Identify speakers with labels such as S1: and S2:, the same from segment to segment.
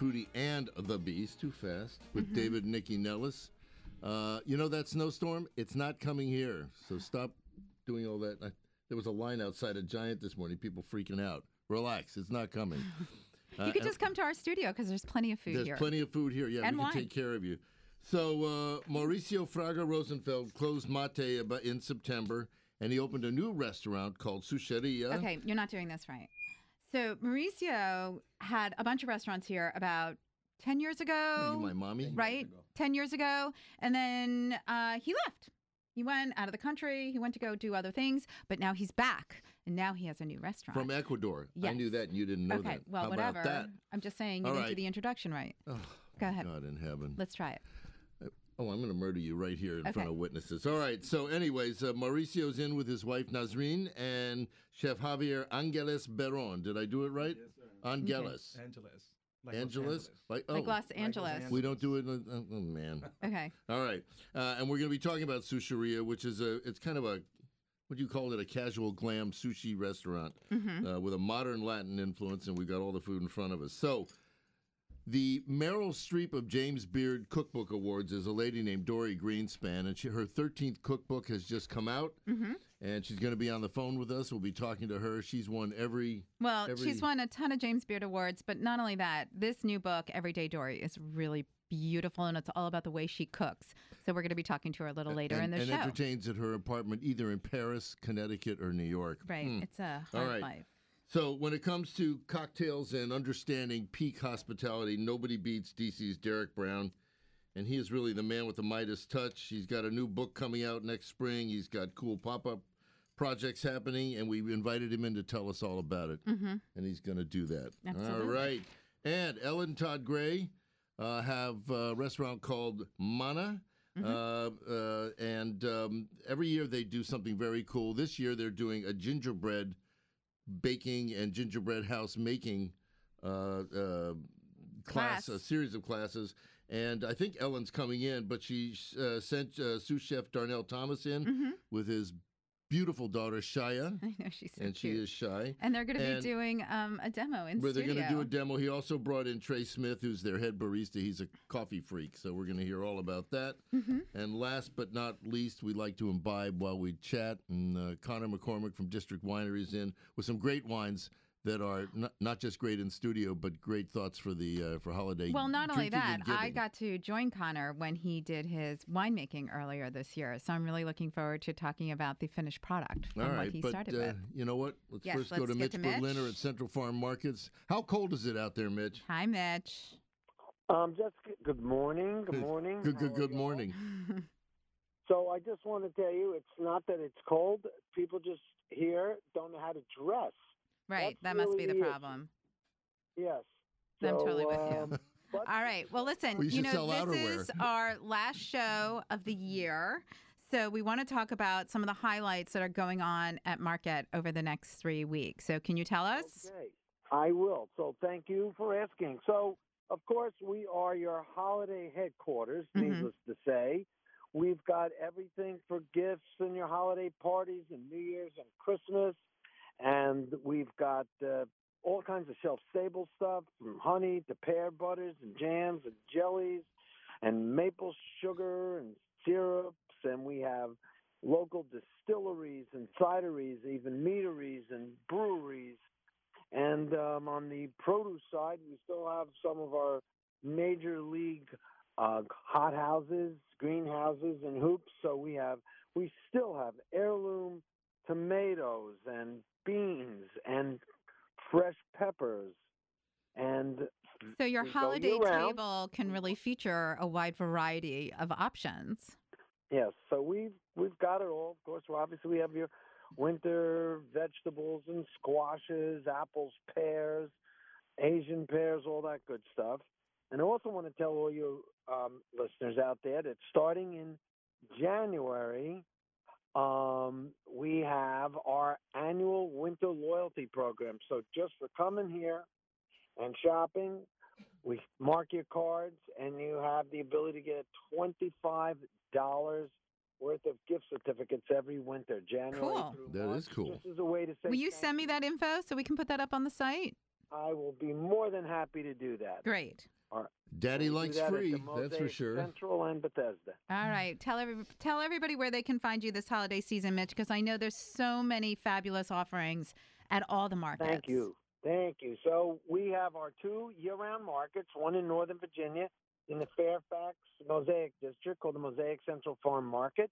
S1: Foodie and the Beast, too fast,
S2: Mm-hmm.
S1: with David and Nikki Nellis. Uh, you know that snowstorm? It's not coming here, so stop doing all that. I, there was a line outside a Giant this morning, people freaking out. Relax, it's not coming. Uh,
S2: you could just come to our studio because there's plenty of food
S1: There's
S2: here.
S1: plenty of food here. Yeah,
S2: And
S1: we
S2: wine.
S1: can take care of you. So uh, Mauricio Fraga Rosenfeld closed Mate ab- in September, and he opened a new restaurant called Sucheria.
S2: Okay, you're not doing this right. So Mauricio had a bunch of restaurants here about 10 years ago.
S1: Are you my mommy?
S2: right? 10 years ago. And then uh, he left. He went out of the country. He went to go do other things, but now he's back. And now he has a new restaurant.
S1: From Ecuador. I
S2: Yes.
S1: knew that, and you didn't know
S2: okay,
S1: that.
S2: well,
S1: How
S2: whatever.
S1: about that?
S2: I'm just saying you
S1: All
S2: didn't do
S1: right. Oh
S2: the introduction right. go ahead.
S1: God in heaven.
S2: Let's try it.
S1: Oh, I'm going to murder you right here in front
S2: Okay.
S1: of witnesses. All right. So, anyways, uh, Mauricio's in with his wife Nazrin and Chef Javier Angeles Beron. Did I do it right? Yes, sir. Angeles.
S3: Angeles. Like Los
S1: Angeles? Like, oh,
S2: Like Los Angeles.
S3: Angeles.
S1: we don't do it. in- Oh, oh, man.
S2: Okay.
S1: All right, uh, and we're going to be talking about Sushiria, which is a it's kind of a what do you call it? A casual glam sushi restaurant
S2: Mm-hmm.
S1: uh, with a modern Latin influence, and we've got all the food in front of us. So. The Meryl Streep of James Beard Cookbook Awards is a lady named Dory Greenspan, and she, her 13th cookbook has just come out,
S2: Mm-hmm.
S1: and she's going to be on the phone with us. We'll be talking to her. She's won every
S2: Well,
S1: every-
S2: she's won a ton of James Beard Awards, but not only that, this new book, Everyday Dory, is really beautiful and it's all about the way she cooks. So we're going to be talking to her a little later
S1: and,
S2: in the
S1: and
S2: show.
S1: entertains at her apartment either in Paris, Connecticut, or New York. Hmm.
S2: right. It's a
S1: All
S2: hard
S1: right.
S2: life.
S1: So, when it comes to cocktails and understanding peak hospitality, nobody beats DC's Derek Brown. And he is really the man with the Midas touch. He's got a new book coming out next spring. He's got cool pop up projects happening, and we invited him in to tell us all about it. Mm-hmm. And he's going to do that. All
S2: Absolutely.
S1: right. And Ellen Todd Gray uh, have a restaurant called Mana.
S2: Mm-hmm.
S1: Uh, uh, and um, every year they do something very cool. This year they're doing a gingerbread baking and gingerbread house making uh, uh, class,
S2: Class.
S1: a series of classes. And I think Ellen's coming in, but she uh, sent uh, sous chef Darnell Thomas in
S2: Mm-hmm.
S1: with his beautiful daughter Shia,
S2: I know she's so
S1: and she
S2: cute.
S1: is shy.
S2: and they're going to be
S1: and-
S2: doing um, a demo in
S1: Where they're
S2: studio.
S1: going to do a demo. He also brought in Trey Smith, who's their head barista. He's a coffee freak, so we're going to hear all about that.
S2: Mm-hmm.
S1: And last but not least, we like to imbibe while we chat. And uh, Connor McCormick from District Winery is in with some great wines that are not, not just great in studio, but great thoughts for the uh, for holiday.
S2: Well, not only
S1: drinking
S2: that,
S1: and
S2: I
S1: giving.
S2: got to join Connor when he did his winemaking earlier this year. So I'm really looking forward to talking about the finished product from
S1: All
S2: what
S1: right,
S2: he
S1: but
S2: started
S1: uh,
S2: with.
S1: you know what? Let's
S2: Yes,
S1: first go
S2: let's
S1: to Mitch
S2: get to Mitch.
S1: Berliner at Central Farm Markets. How cold is it out there, Mitch?
S2: Hi, Mitch.
S4: Um, just g- good morning. Good morning.
S1: Good,
S4: How
S1: good,
S4: are
S1: good
S4: y'all?
S1: morning.
S4: So I just want to tell you, it's not that it's cold. People just here don't know how to dress.
S2: Right,
S4: That's
S2: that must be
S4: really
S2: the
S4: it.
S2: problem.
S4: Yes.
S2: I'm
S4: So,
S2: totally with you.
S4: um, but-
S2: All right. Well, listen,
S1: We
S2: you
S1: should
S2: know,
S1: sell
S2: this
S1: outerwear.
S2: is our last show of the year. So we want to talk about some of the highlights that are going on at market over the next three weeks. So can you tell us?
S4: Okay. I will. So thank you for asking. So, of course, we are your holiday headquarters,
S2: Mhm.
S4: needless to say. We've got everything for gifts and your holiday parties and New Year's and Christmas. And we've got uh, all kinds of shelf stable stuff from honey to pear butters and jams and jellies and maple sugar and syrups. And we have local distilleries and cideries, even meaderies and breweries. And um, on the produce side, we still have some of our major league uh, hothouses, greenhouses, and hoops. So we have we still have heirloom tomatoes and beans and fresh peppers and
S2: So your
S4: We go
S2: holiday
S4: year-round.
S2: table can really feature a wide variety of options.
S4: Yes, so we've we've got it all. Of course, well, obviously we have your winter vegetables and squashes, apples, pears, Asian pears, all that good stuff. And I also want to tell all you um, listeners out there that starting in January, um, we have our annual winter loyalty program. So just for coming here and shopping, we mark your cards, and you have the ability to get twenty-five dollars worth of gift certificates every winter, January
S2: Cool.
S4: through
S1: That
S4: March.
S1: is cool.
S4: This is a way to say.
S2: Will you
S4: thank
S2: send me that info so we can put that up on the site?
S4: I will be more than happy to do that.
S2: Great.
S1: Daddy
S4: We'll do
S1: likes
S4: that at the
S1: free. That's for
S4: Mosaic
S1: sure.
S4: Central and Bethesda.
S2: All right. Tell every tell everybody where they can find you this holiday season, Mitch, because I know there's so many fabulous offerings at all the markets.
S4: Thank you. Thank you. So we have our two year-round markets, one in Northern Virginia in the Fairfax Mosaic District called the Mosaic Central Farm Market.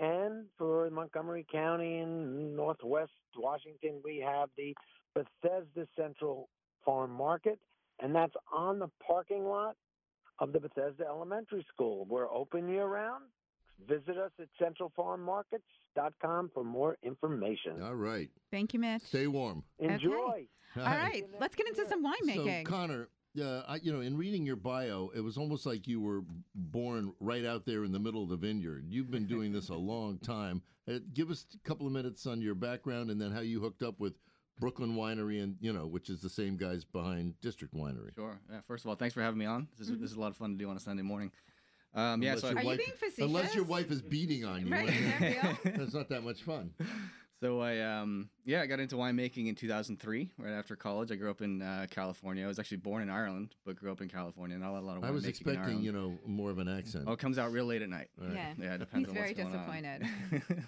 S4: And for Montgomery County in Northwest Washington, we have the Bethesda Central Farm Market. And that's on the parking lot of the Bethesda Elementary School. We're open year-round. Visit us at centralfarmmarkets.com for more information.
S1: All right.
S2: Thank you, Mitch.
S1: Stay warm.
S4: Enjoy.
S2: all right. Let's get into some winemaking.
S1: So Connor, uh, I, you know, in reading your bio, it was almost like you were born right out there in the middle of the vineyard. You've been doing this a long time. Uh, give us a couple of minutes on your background and then how you hooked up with Brooklyn Winery, and you know, which is the same guys behind District Winery.
S3: Sure. Yeah, first of all, thanks for having me on. This is,
S2: Mhm.
S3: this is a lot of fun to do on a Sunday morning. Um, yeah,
S1: Unless
S3: so
S1: your
S3: I,
S2: Are you
S1: wife-
S2: being facetious?
S1: Unless your wife is beating on you,
S2: Right,
S1: Well,
S2: is that real?
S1: that's not that much fun.
S3: so I um, yeah, I got into winemaking in 2003, right after college. I grew up in uh, California. I was actually born in Ireland, but grew up in California. Not a lot of winemaking
S1: I was
S3: in
S1: expecting,
S3: Ireland.
S1: you know, more of an accent.
S3: Oh, it comes out real late at night.
S1: All right.
S2: Yeah.
S3: Yeah, it depends
S2: He's
S3: on what's
S2: very
S3: going on.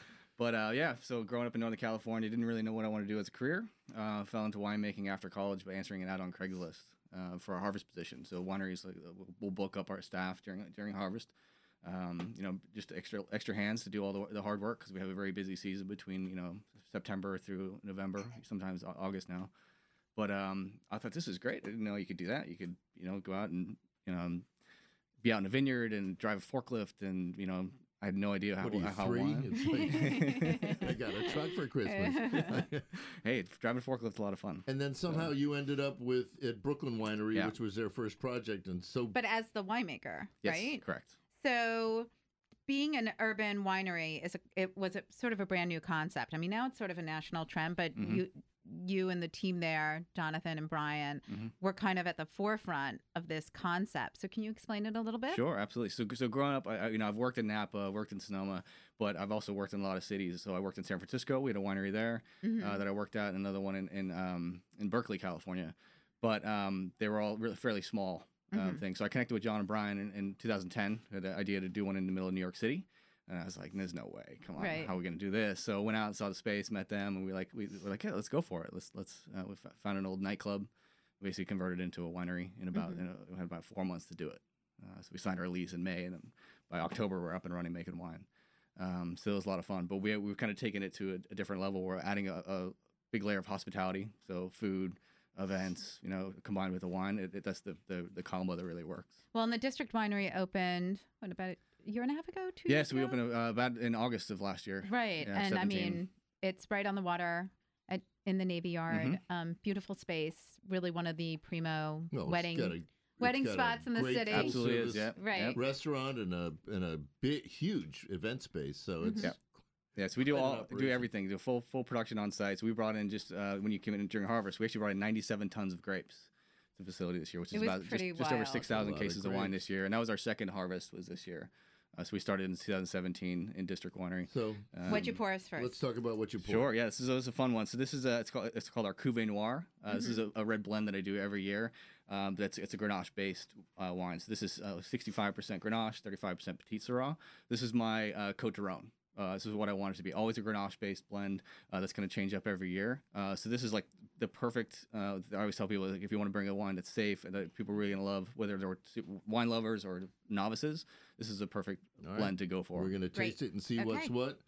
S3: but uh, yeah, so growing up in Northern California, didn't really know what I wanted to do as a career. Uh, fell into winemaking after college by answering an ad on Craigslist uh, for a harvest position. So wineries like, uh, will, will bulk up our staff during during harvest. Um, you know, just extra extra hands to do all the, the hard work because we have a very busy season between you know September through November, sometimes Au- August now. But um, I thought this is great. I didn't know you could do that. You could you know go out and you know be out in a vineyard and drive a forklift and you know I had no idea how
S1: What are you,
S3: how
S1: three?
S3: wine-
S1: It's like, I got a truck for Christmas.
S3: hey, driving a forklift's a lot of fun.
S1: And then somehow you ended up with at Brooklyn Winery,
S3: Yeah.
S1: which was their first project, and so
S2: but as the winemaker,
S3: Yes,
S2: right?
S3: correct.
S2: So being an urban winery is a, it was a, sort of a brand new concept. I mean, now it's sort of a national trend, but
S3: Mhm.
S2: you you and the team there, Jonathan and Brian,
S3: Mhm.
S2: were kind of at the forefront of this concept. So can you explain it a little bit?
S3: Sure, absolutely. So, so growing up, I, I- you know, I've worked in Napa, worked in Sonoma, but I've also worked in a lot of cities. So I worked in San Francisco. We had a winery there
S2: Mhm.
S3: uh, that I worked at, and another one in in, um, in Berkeley, California. But um, they were all really fairly small uh,
S2: Mhm.
S3: things. So I connected with John and Brian in, in 2010. Had the idea to do one in the middle of New York City. And I was like, "There's no way! Come on,
S2: Right.
S3: how are we gonna do this?" So I went out and saw the space, met them, and we like we were like, "Yeah, let's go for it. Let's let's." Uh, we f- found an old nightclub, basically converted into a winery in about
S2: Mm-hmm.
S3: in a, we had about four months to do it. Uh, so we signed our lease in May, and then by October we're up and running making wine. Um, so it was a lot of fun, but we we've kind of taken it to a, a different level. We're adding a, a big layer of hospitality, so food, events, you know, combined with the wine. It, it, that's the, the the combo that really works.
S2: Well, and the district winery opened what about a year and a half ago? Two
S3: Yeah,
S2: years
S3: so we
S2: ago?
S3: opened uh, about in August of last year.
S2: Right.
S3: Yeah,
S2: and I
S3: 17.
S2: mean, it's right on the water at, in the Navy Yard.
S3: Mm-hmm.
S2: Um, beautiful space. Really one of the primo
S1: well, Oh, it's
S2: wedding.
S1: got a- it's
S2: wedding
S1: got a
S2: spots in the
S1: great
S2: city.
S1: full
S3: Absolutely is.
S1: service
S3: Yeah.
S2: Right.
S3: Yep.
S1: Restaurant and a and a bit huge event space, so it's
S2: Mhm. Yep.
S3: Yeah, so we do
S1: Quite an
S3: all do
S1: operation.
S3: everything, do full full production on site. So we brought in just uh, when you came in during harvest, we actually brought in 97 tons of grapes to the facility this year, which
S2: It
S3: is
S2: was
S3: about
S2: pretty
S3: just, just over
S2: wild.
S1: A
S3: 6,000
S1: lot of
S3: cases of, wine
S1: grapes.
S3: this year, and that was our second harvest was this year. Uh, so we started in 2017 in District Winery.
S1: so.
S2: What'd you
S3: Um,
S2: pour us 1st
S1: Let's talk about what you pour.
S3: Sure, yeah, this is, this is a fun one. So this is a, it's called it's called our Cuvée Noir. Uh, This is
S1: Mm-hmm.
S3: a, a red blend that I do every year. Um, that's it's a Grenache based uh, wine. So this is uh, 65% Grenache, 35% Petit Syrah. This is my uh, Cote d'Aron. Uh, this is what I wanted to be. Always a Grenache based blend uh, that's going to change up every year. Uh, so this is like the perfect. Uh, I always tell people like, if you want to bring a wine that's safe and that people are really going to love, whether they're su- wine lovers or novices, this is a perfect
S1: All right.
S3: blend to go for.
S1: We're going to
S2: Great.
S1: taste it and see
S2: Okay.
S1: what's what.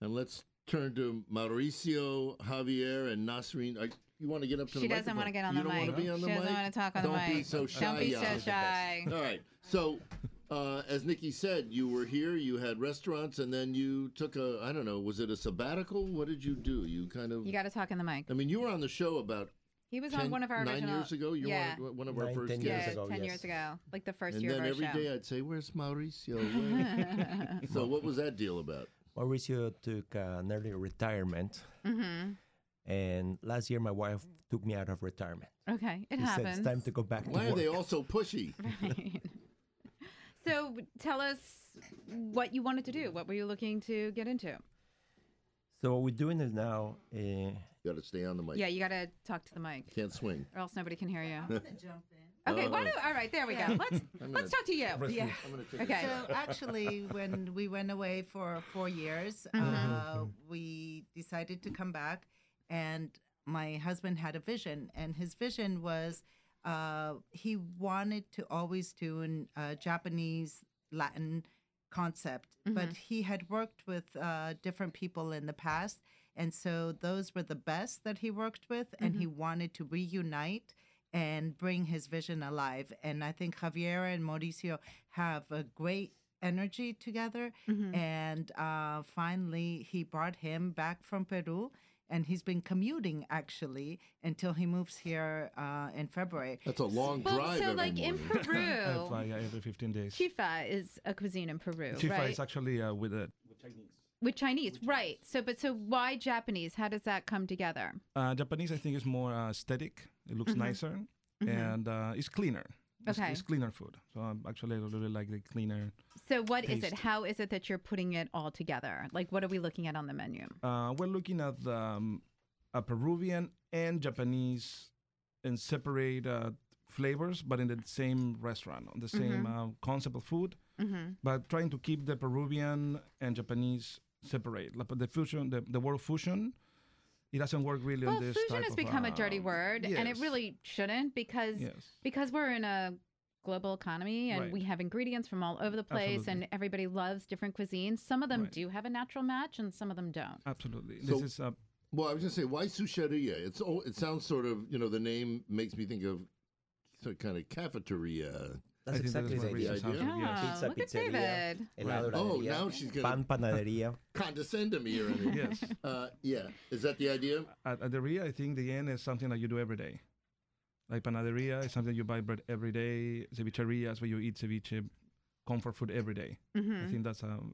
S1: And let's turn to Mauricio, Javier, and Nasreen. Are, you want to get up to the
S2: She doesn't
S1: microphone?
S2: want to get on
S1: you
S2: the
S1: don't
S2: mic.
S1: want to be on
S2: she
S1: the
S2: doesn't
S1: mic?
S2: want to talk on
S1: Don't be
S2: the mic.
S1: so
S2: Don't be
S1: shy,
S2: so
S1: y'all.
S2: shy.
S1: All right. So, uh, as Nikki said, you were here, you had restaurants, and then you took a, I don't know, was it a sabbatical? What did you do? You kind of,
S2: You got to talk in the mic.
S1: I mean, you were on the show about
S2: He was on one of our
S1: nine
S2: original
S1: years ago. You
S2: yeah.
S1: were on one of our
S5: Nine,
S1: first
S5: 10
S1: guests.
S5: years
S2: yeah,
S5: ago,
S2: ten
S5: yes.
S2: years ago, like the first
S1: and
S2: year
S1: then
S2: of our
S1: every
S2: show.
S1: day I'd say, "Where's Mauricio?" Where-" so what was that deal about?
S5: Mauricio took uh, an early retirement,
S2: hmm
S5: and last year my wife took me out of retirement.
S2: Okay, it
S5: she
S2: happens.
S5: said it's time to go back
S1: Why
S5: to
S1: are
S5: work.
S1: they all so pushy?
S2: Right. so w- tell us what you wanted to do. What were you looking to get into?
S5: so what we're doing is now. Uh,
S1: Got to stay on the mic.
S2: yeah, you got to talk to the mic,
S1: Can't swing.
S2: or else nobody can hear you.
S6: to jump in.
S2: Okay, why
S1: Uh,
S2: do, all right, there we go. Let's
S1: I'm
S2: let's talk to you.
S6: Yeah.
S1: I'm gonna take
S2: Okay.
S6: So actually, when we went away for four years,
S2: Mm-hmm.
S6: uh, we decided to come back, and my husband had a vision, and his vision was uh, he wanted to always do an uh, Japanese Latin concept, but
S2: Mm-hmm.
S6: he had worked with uh, different people in the past, and so those were the best that he worked with, and
S2: Mm-hmm.
S6: he wanted to reunite and bring his vision alive. And I think Javiera and Mauricio have a great energy together.
S2: Mm-hmm.
S6: And uh, finally, he brought him back from Peru. And he's been commuting actually until he moves here uh, in February.
S1: That's a long
S2: Well,
S1: drive.
S2: so
S1: every
S2: like in
S1: morning.
S7: I
S2: Peru,
S7: fly every 15 days.
S2: chifa is a cuisine in Peru,
S7: Chifa
S2: right?
S7: is actually uh, with a,
S2: With Chinese, right? So, but so why Japanese? How does that come together?
S7: uh, Japanese. I think is more uh, aesthetic. It looks nicer and uh, it's cleaner. It's,
S2: Mm-hmm. Okay.
S7: it's cleaner food. So um, actually, I really like the cleaner.
S2: So, what is it?
S7: Taste.
S2: How is it that you're putting it all together? Like, what are we looking at on the menu?
S7: Uh, we're looking at um, a Peruvian and Japanese and separate uh, flavors, but in the same restaurant, on the same
S2: Mm-hmm.
S7: uh, concept of food, but trying to keep the Peruvian and Japanese separate. Like, but the fusion, the, the word fusion, it doesn't work really
S2: Well,
S7: on this.
S2: fusion
S7: type
S2: has
S7: of,
S2: become a dirty
S7: um,
S2: word, and it
S7: yes.
S2: really shouldn't because
S7: Yes.
S2: because we're in a global economy and
S7: Right.
S2: we have ingredients from all over the place,
S7: Absolutely.
S2: and everybody loves different cuisines. Some of them
S7: Right.
S2: do have a natural match, and some of them don't.
S7: Absolutely.
S1: So-
S7: this is uh, a
S1: Well, I was gonna say, why susheria? It's all. It sounds sort of. You know, the name makes me think of some kind of cafeteria.
S7: I
S5: that's
S7: think that
S5: exactly
S7: is
S5: the
S7: what
S1: the
S7: Risa
S5: idea.
S1: idea.
S7: sounds like, yes.
S2: Yeah,
S5: Pizza,
S2: look at
S5: pizzeria.
S2: David.
S7: Right.
S1: Oh,
S5: heladería,
S1: now she's
S5: pan
S1: gonna
S5: panadería.
S1: condescend to me or anything.
S7: Yes.
S1: Uh, yeah. Is that the idea?
S7: At, at the RIA, I think the end is something that you do every day. Like panaderia is something you buy bread every day. Cevicheria is where you eat ceviche, comfort food every day.
S2: Mm-hmm.
S7: I think that's um,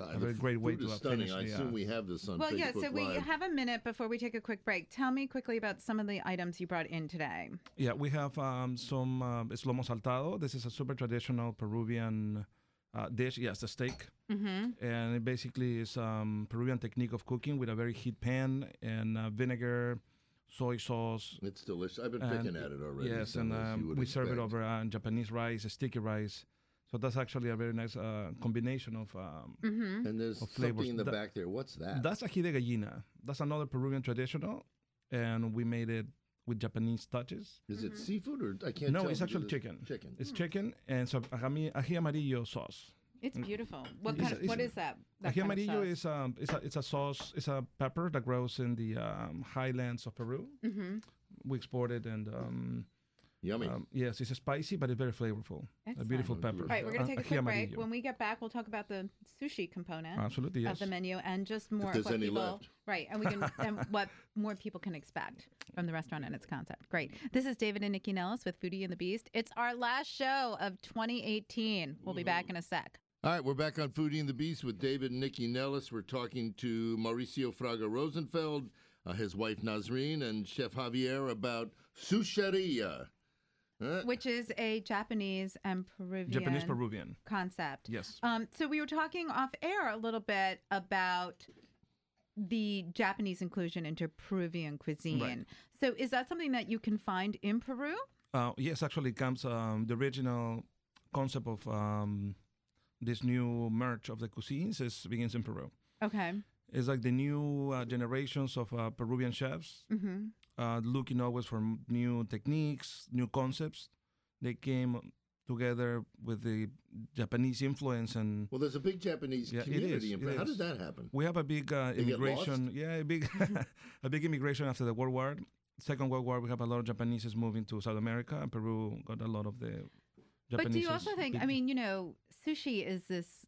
S1: Uh,
S7: a
S1: the
S7: very great way
S1: food
S7: to
S1: is
S7: uh,
S1: stunning.
S7: finish
S1: I
S7: the,
S1: assume
S7: uh,
S1: we have this on
S2: Well,
S1: Facebook
S2: yeah. So we
S1: Live.
S2: have a minute before we take a quick break. Tell me quickly about some of the items you brought in today.
S7: Yeah, we have um, some uh, it's lomo saltado. This is a super traditional Peruvian uh, dish. Yes, the steak,
S2: Mm-hmm.
S7: and it basically is um, Peruvian technique of cooking with a very heat pan and uh, vinegar, soy sauce.
S1: It's delicious. I've been
S7: and-
S1: picking at it already.
S7: Yes,
S1: so
S7: and
S1: as you
S7: um,
S1: would
S7: we serve it
S1: expect.
S7: over uh, Japanese rice, sticky rice. So that's actually a very nice uh, combination of. Um,
S2: Mm-hmm.
S1: And there's
S7: of flavors.
S1: something in the
S7: That-
S1: back there. What's that?
S7: That's ají de gallina. That's another Peruvian traditional, and we made it with Japanese touches.
S1: Is
S2: Mm-hmm.
S1: it seafood or I can't?
S7: No,
S1: tell
S7: it's
S1: if it
S7: actually
S1: is
S7: chicken.
S1: Chicken.
S2: Mm.
S7: It's chicken and some ají ají amarillo sauce.
S2: It's beautiful. What
S7: Mm. Is
S2: kind?
S7: it-
S2: of,
S7: is
S2: what
S7: it-
S2: is that? that
S7: Ají
S2: kind of
S7: amarillo
S2: sauce?
S7: is um it's a it's a sauce it's a pepper that grows in the um, highlands of Peru.
S2: Mhm.
S7: We export it and um,
S1: Yummy.
S7: um, yes, it's spicy but it's very flavorful. A
S2: Excellent.
S7: beautiful
S1: Oh,
S7: pepper.
S1: delicious.
S2: All right, we're going to
S7: Uh,
S2: take
S7: ají
S2: a quick break.
S7: amarillo.
S2: When we get back, we'll talk about the sushi component
S7: Absolutely yes.
S2: of the menu and just more
S1: there's
S2: what
S1: any
S2: people,
S1: left.
S2: right, and we can and what more people can expect from the restaurant and its concept. Great. This is David and Nikki Nellis with Foodie and the Beast. It's our last show of 2018. We'll be back in a sec.
S1: All right, we're back on Foodie and the Beast with David and Nikki Nellis. We're talking to Mauricio Fraga Rosenfeld, uh, his wife Nazreen, and Chef Javier about susheria. Huh?
S2: Which is a Japanese and Peruvian
S7: Japanese Peruvian.
S2: concept.
S7: Yes.
S2: Um, so we were talking off air a little bit about the Japanese inclusion into Peruvian cuisine. So is that something that you can find in Peru?
S7: Uh, yes, actually, comes um, the original concept of um, this new merge of the cuisines is begins in Peru.
S2: Okay.
S7: It's like the new uh, generations of uh, Peruvian chefs
S2: Mm-hmm.
S7: uh, looking always for m- new techniques, new concepts. They came together with the Japanese influence, and
S1: Well, there's a big Japanese
S7: Yeah, it
S1: community.
S7: is,
S1: in
S7: it
S1: Pe- How
S7: is.
S1: did that happen?
S7: we have a big uh,
S1: They get lost?
S7: immigration. Yeah, a big a big immigration after the World War. Second World War, we have a lot of Japanese moving to South America, and Peru got a lot of the. Japanese
S2: But do you also think, I mean, you know, sushi is this,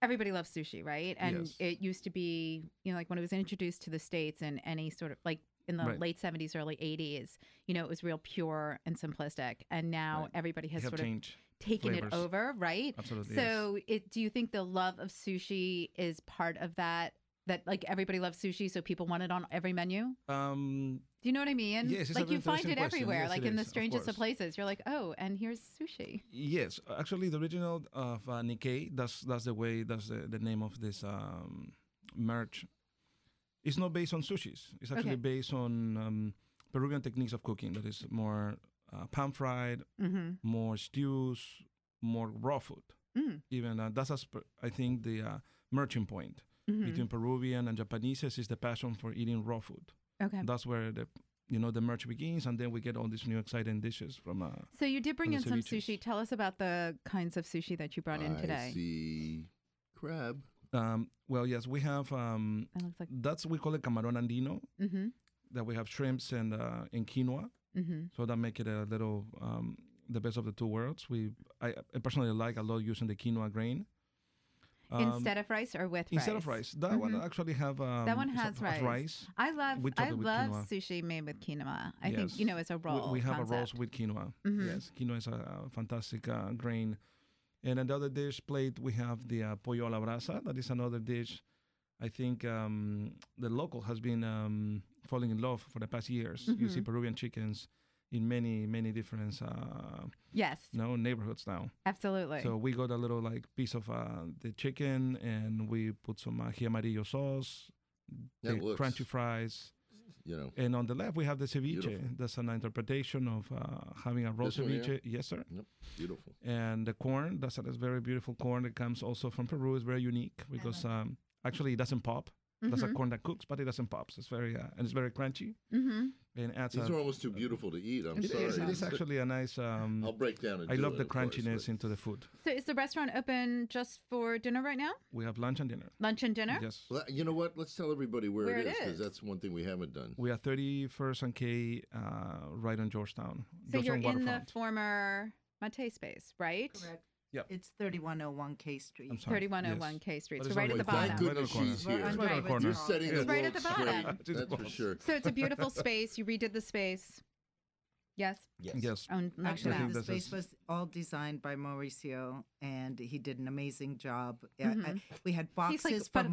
S2: everybody loves sushi, right? And
S7: Yes.
S2: it used to be, you know, like when it was introduced to the States and any sort of like in the
S7: Right.
S2: late 70s, early 80s, you know, it was real pure and simplistic. And now
S7: Right.
S2: everybody has
S7: have
S2: sort of
S7: changed.
S2: taken
S7: flavors.
S2: it over, right?
S7: Absolutely. yes.
S2: So, it, do you think the love of sushi is part of that? That like everybody loves sushi, so people want it on every menu. Do
S7: um,
S2: you know what I mean?
S7: Yes, it's a
S2: like
S7: very
S2: you find
S7: interesting
S2: it
S7: question.
S2: everywhere,
S7: Yes,
S2: like
S7: it
S2: in the
S7: is, of
S2: strangest of
S7: course.
S2: places. You're like, oh, and here's sushi.
S7: Yes, actually, the original of uh, Nikkei. That's that's the way. That's the, the name of this um, merch. It's not based on sushis. It's actually
S2: Okay.
S7: based on um, Peruvian techniques of cooking. That is more uh, pan fried,
S2: Mm-hmm.
S7: more stews, more raw food.
S2: Mm.
S7: Even uh, that's as per- I think the uh, merchant point
S2: Mm-hmm.
S7: between Peruvian and Japanese is the passion for eating raw food.
S2: Okay.
S7: That's where the you know the merch begins, and then we get all these new exciting dishes from. Uh,
S2: So you did bring in
S7: and the
S2: some
S7: ceviches.
S2: sushi. Tell us about the kinds of sushi that you brought in
S1: I
S2: today.
S1: see crab.
S7: um, well, yes, we have um,
S2: That looks like.
S7: that's we call it camarón andino
S2: Mm-hmm.
S7: that we have shrimps and uh, and quinoa
S2: Mm-hmm.
S7: so that make it a little um, the best of the two worlds we I, I personally like a lot using the quinoa grain Um,
S2: instead of rice or with
S7: instead
S2: rice?
S7: of rice that one
S2: Mhm.
S7: actually have um,
S2: that one
S7: is a-
S2: has rice. I love
S7: We
S2: I
S7: topped it with
S2: love
S7: quinoa.
S2: sushi made with quinoa. I think you
S7: Yes.
S2: know it's a
S7: We-
S2: roll.
S7: we, have a rolls
S2: concept.
S7: with quinoa
S2: Mhm.
S7: yes quinoa is a, a fantastic uh, grain and another dish plate we have the uh, pollo a la brasa that is another dish I think um, the local has been um, falling in love for the past years. You
S2: Mm-hmm.
S7: see Peruvian chickens in many, many different uh,
S2: Yes,
S7: no neighborhoods now.
S2: absolutely.
S7: So we got a little like piece of uh, the chicken, and we put some uh, ají amarillo sauce,
S1: That
S7: the
S1: looks,
S7: crunchy fries,
S1: you know.
S7: and on the left we have the ceviche.
S1: Beautiful.
S7: That's an interpretation of uh, having a raw
S1: This one here?
S7: ceviche. Yes, sir.
S1: Yep, beautiful.
S7: And the corn, that's a that's very beautiful corn that comes also from Peru. It's very unique because um, actually it doesn't pop. That's a corn that cooks, but it doesn't pop. So it's very uh, and it's very crunchy
S2: mm-hmm.
S7: and adds.
S1: These
S7: a,
S1: are almost too beautiful to eat. I'm
S7: it
S1: sorry.
S7: is- it is actually a nice. Um,
S1: I'll break down and
S7: I
S1: do
S7: love
S1: it,
S7: the
S1: of course,
S7: crunchiness
S1: but-
S7: into the food.
S2: So is the restaurant open just for dinner right now?
S7: We have lunch and dinner.
S2: Lunch and dinner?
S7: Yes.
S1: Well, you know what? Let's tell everybody where,
S2: Where
S1: it
S2: it
S1: is because
S2: is.
S1: that's one thing we haven't done.
S7: We are 31st and K, uh, right on Georgetown.
S2: So you're
S7: Georgetown
S2: in the
S7: waterfront.
S2: former Mate space, right?
S6: Correct.
S7: Yep.
S6: It's 3101 K Street.
S7: I'm sorry.
S2: 3101
S7: yes.
S2: K Street.
S7: But
S2: So
S7: it's
S2: right at
S7: not
S2: the
S1: But
S7: like that Right on the
S1: thank
S2: bottom.
S1: goodness
S7: corner.
S1: she's
S6: We're
S1: here.
S6: on
S7: Right on the
S6: Driveway
S7: corner.
S1: You're
S6: Drive.
S1: setting the
S2: It's right at
S1: world
S2: the bottom.
S1: straight. That's for sure.
S2: So it's a beautiful space. You redid the space. Yes.
S5: Yes.
S7: Yes.
S2: Own lunch
S7: I
S2: and
S6: Actually,
S7: think
S2: that.
S6: the
S7: this
S6: space
S7: is-
S6: was all designed by Mauricio, and he did an amazing job. Yeah, I-
S2: Mhm.
S6: we had
S2: He's like,
S6: boxes
S2: "But
S6: for
S2: of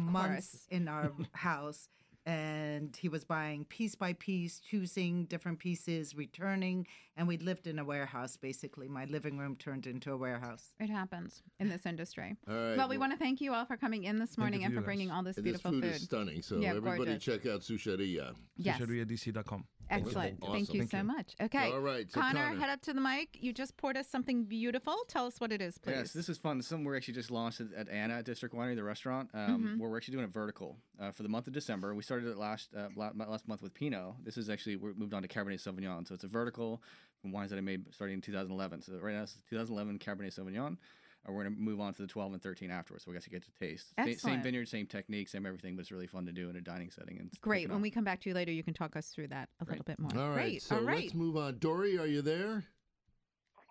S6: months
S2: course."
S6: in our house, and he was buying piece by piece, choosing different pieces, returning, and we lived in a warehouse. Basically, my living room turned into a warehouse.
S2: It happens in this industry.
S1: All right.
S2: well, we want to thank you all for coming in this
S7: you
S2: morning
S7: to
S2: and
S7: you
S2: for
S7: guys.
S2: bringing all this
S1: This
S2: beautiful
S1: food is stunning. So
S2: Yeah,
S1: everybody
S2: gorgeous.
S1: check out Susharia.
S2: Yes.
S7: Sushariadc.com.
S2: Excellent.
S1: Awesome.
S2: Thank you
S7: Thank
S2: so
S7: you.
S2: much. Okay.
S1: All right, so
S2: Connor,
S1: Connor.
S2: head up to the mic. You just poured us something beautiful. Tell us what it is, please.
S3: Yes, this is fun. This is something we're actually just launched at, at Anna at District Winery, the restaurant, um,
S2: Mm-hmm.
S3: where we're actually doing a vertical uh, for the month of December. We started it last uh, la- ma- last month with Pinot. This is actually we moved on to Cabernet Sauvignon, so it's a vertical from wines that I made starting in 2011. So right now it's 2011 Cabernet Sauvignon. and we're going to move on to the 12 and 13 afterwards. So we got to get to taste. Sa-
S2: Excellent.
S3: same vineyard, same technique, same everything, but it's really fun to do in a dining setting. And it's
S2: Great.
S3: taken
S2: When
S3: off.
S2: we come back to you later, you can talk us through that a little bit more.
S1: All right.
S2: Great.
S1: So
S2: all right.
S1: let's move on. Dory, are you there?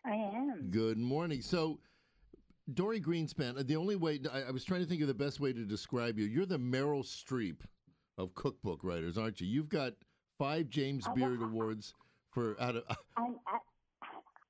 S8: I am.
S1: Good morning. So, Dory Greenspan, the only way I, I was trying to think of the best way to describe you. You're the Meryl Streep of cookbook writers, aren't you? You've got five James
S8: Oh,
S1: Beard
S8: wow.
S1: Awards for out of.
S8: I'm, I,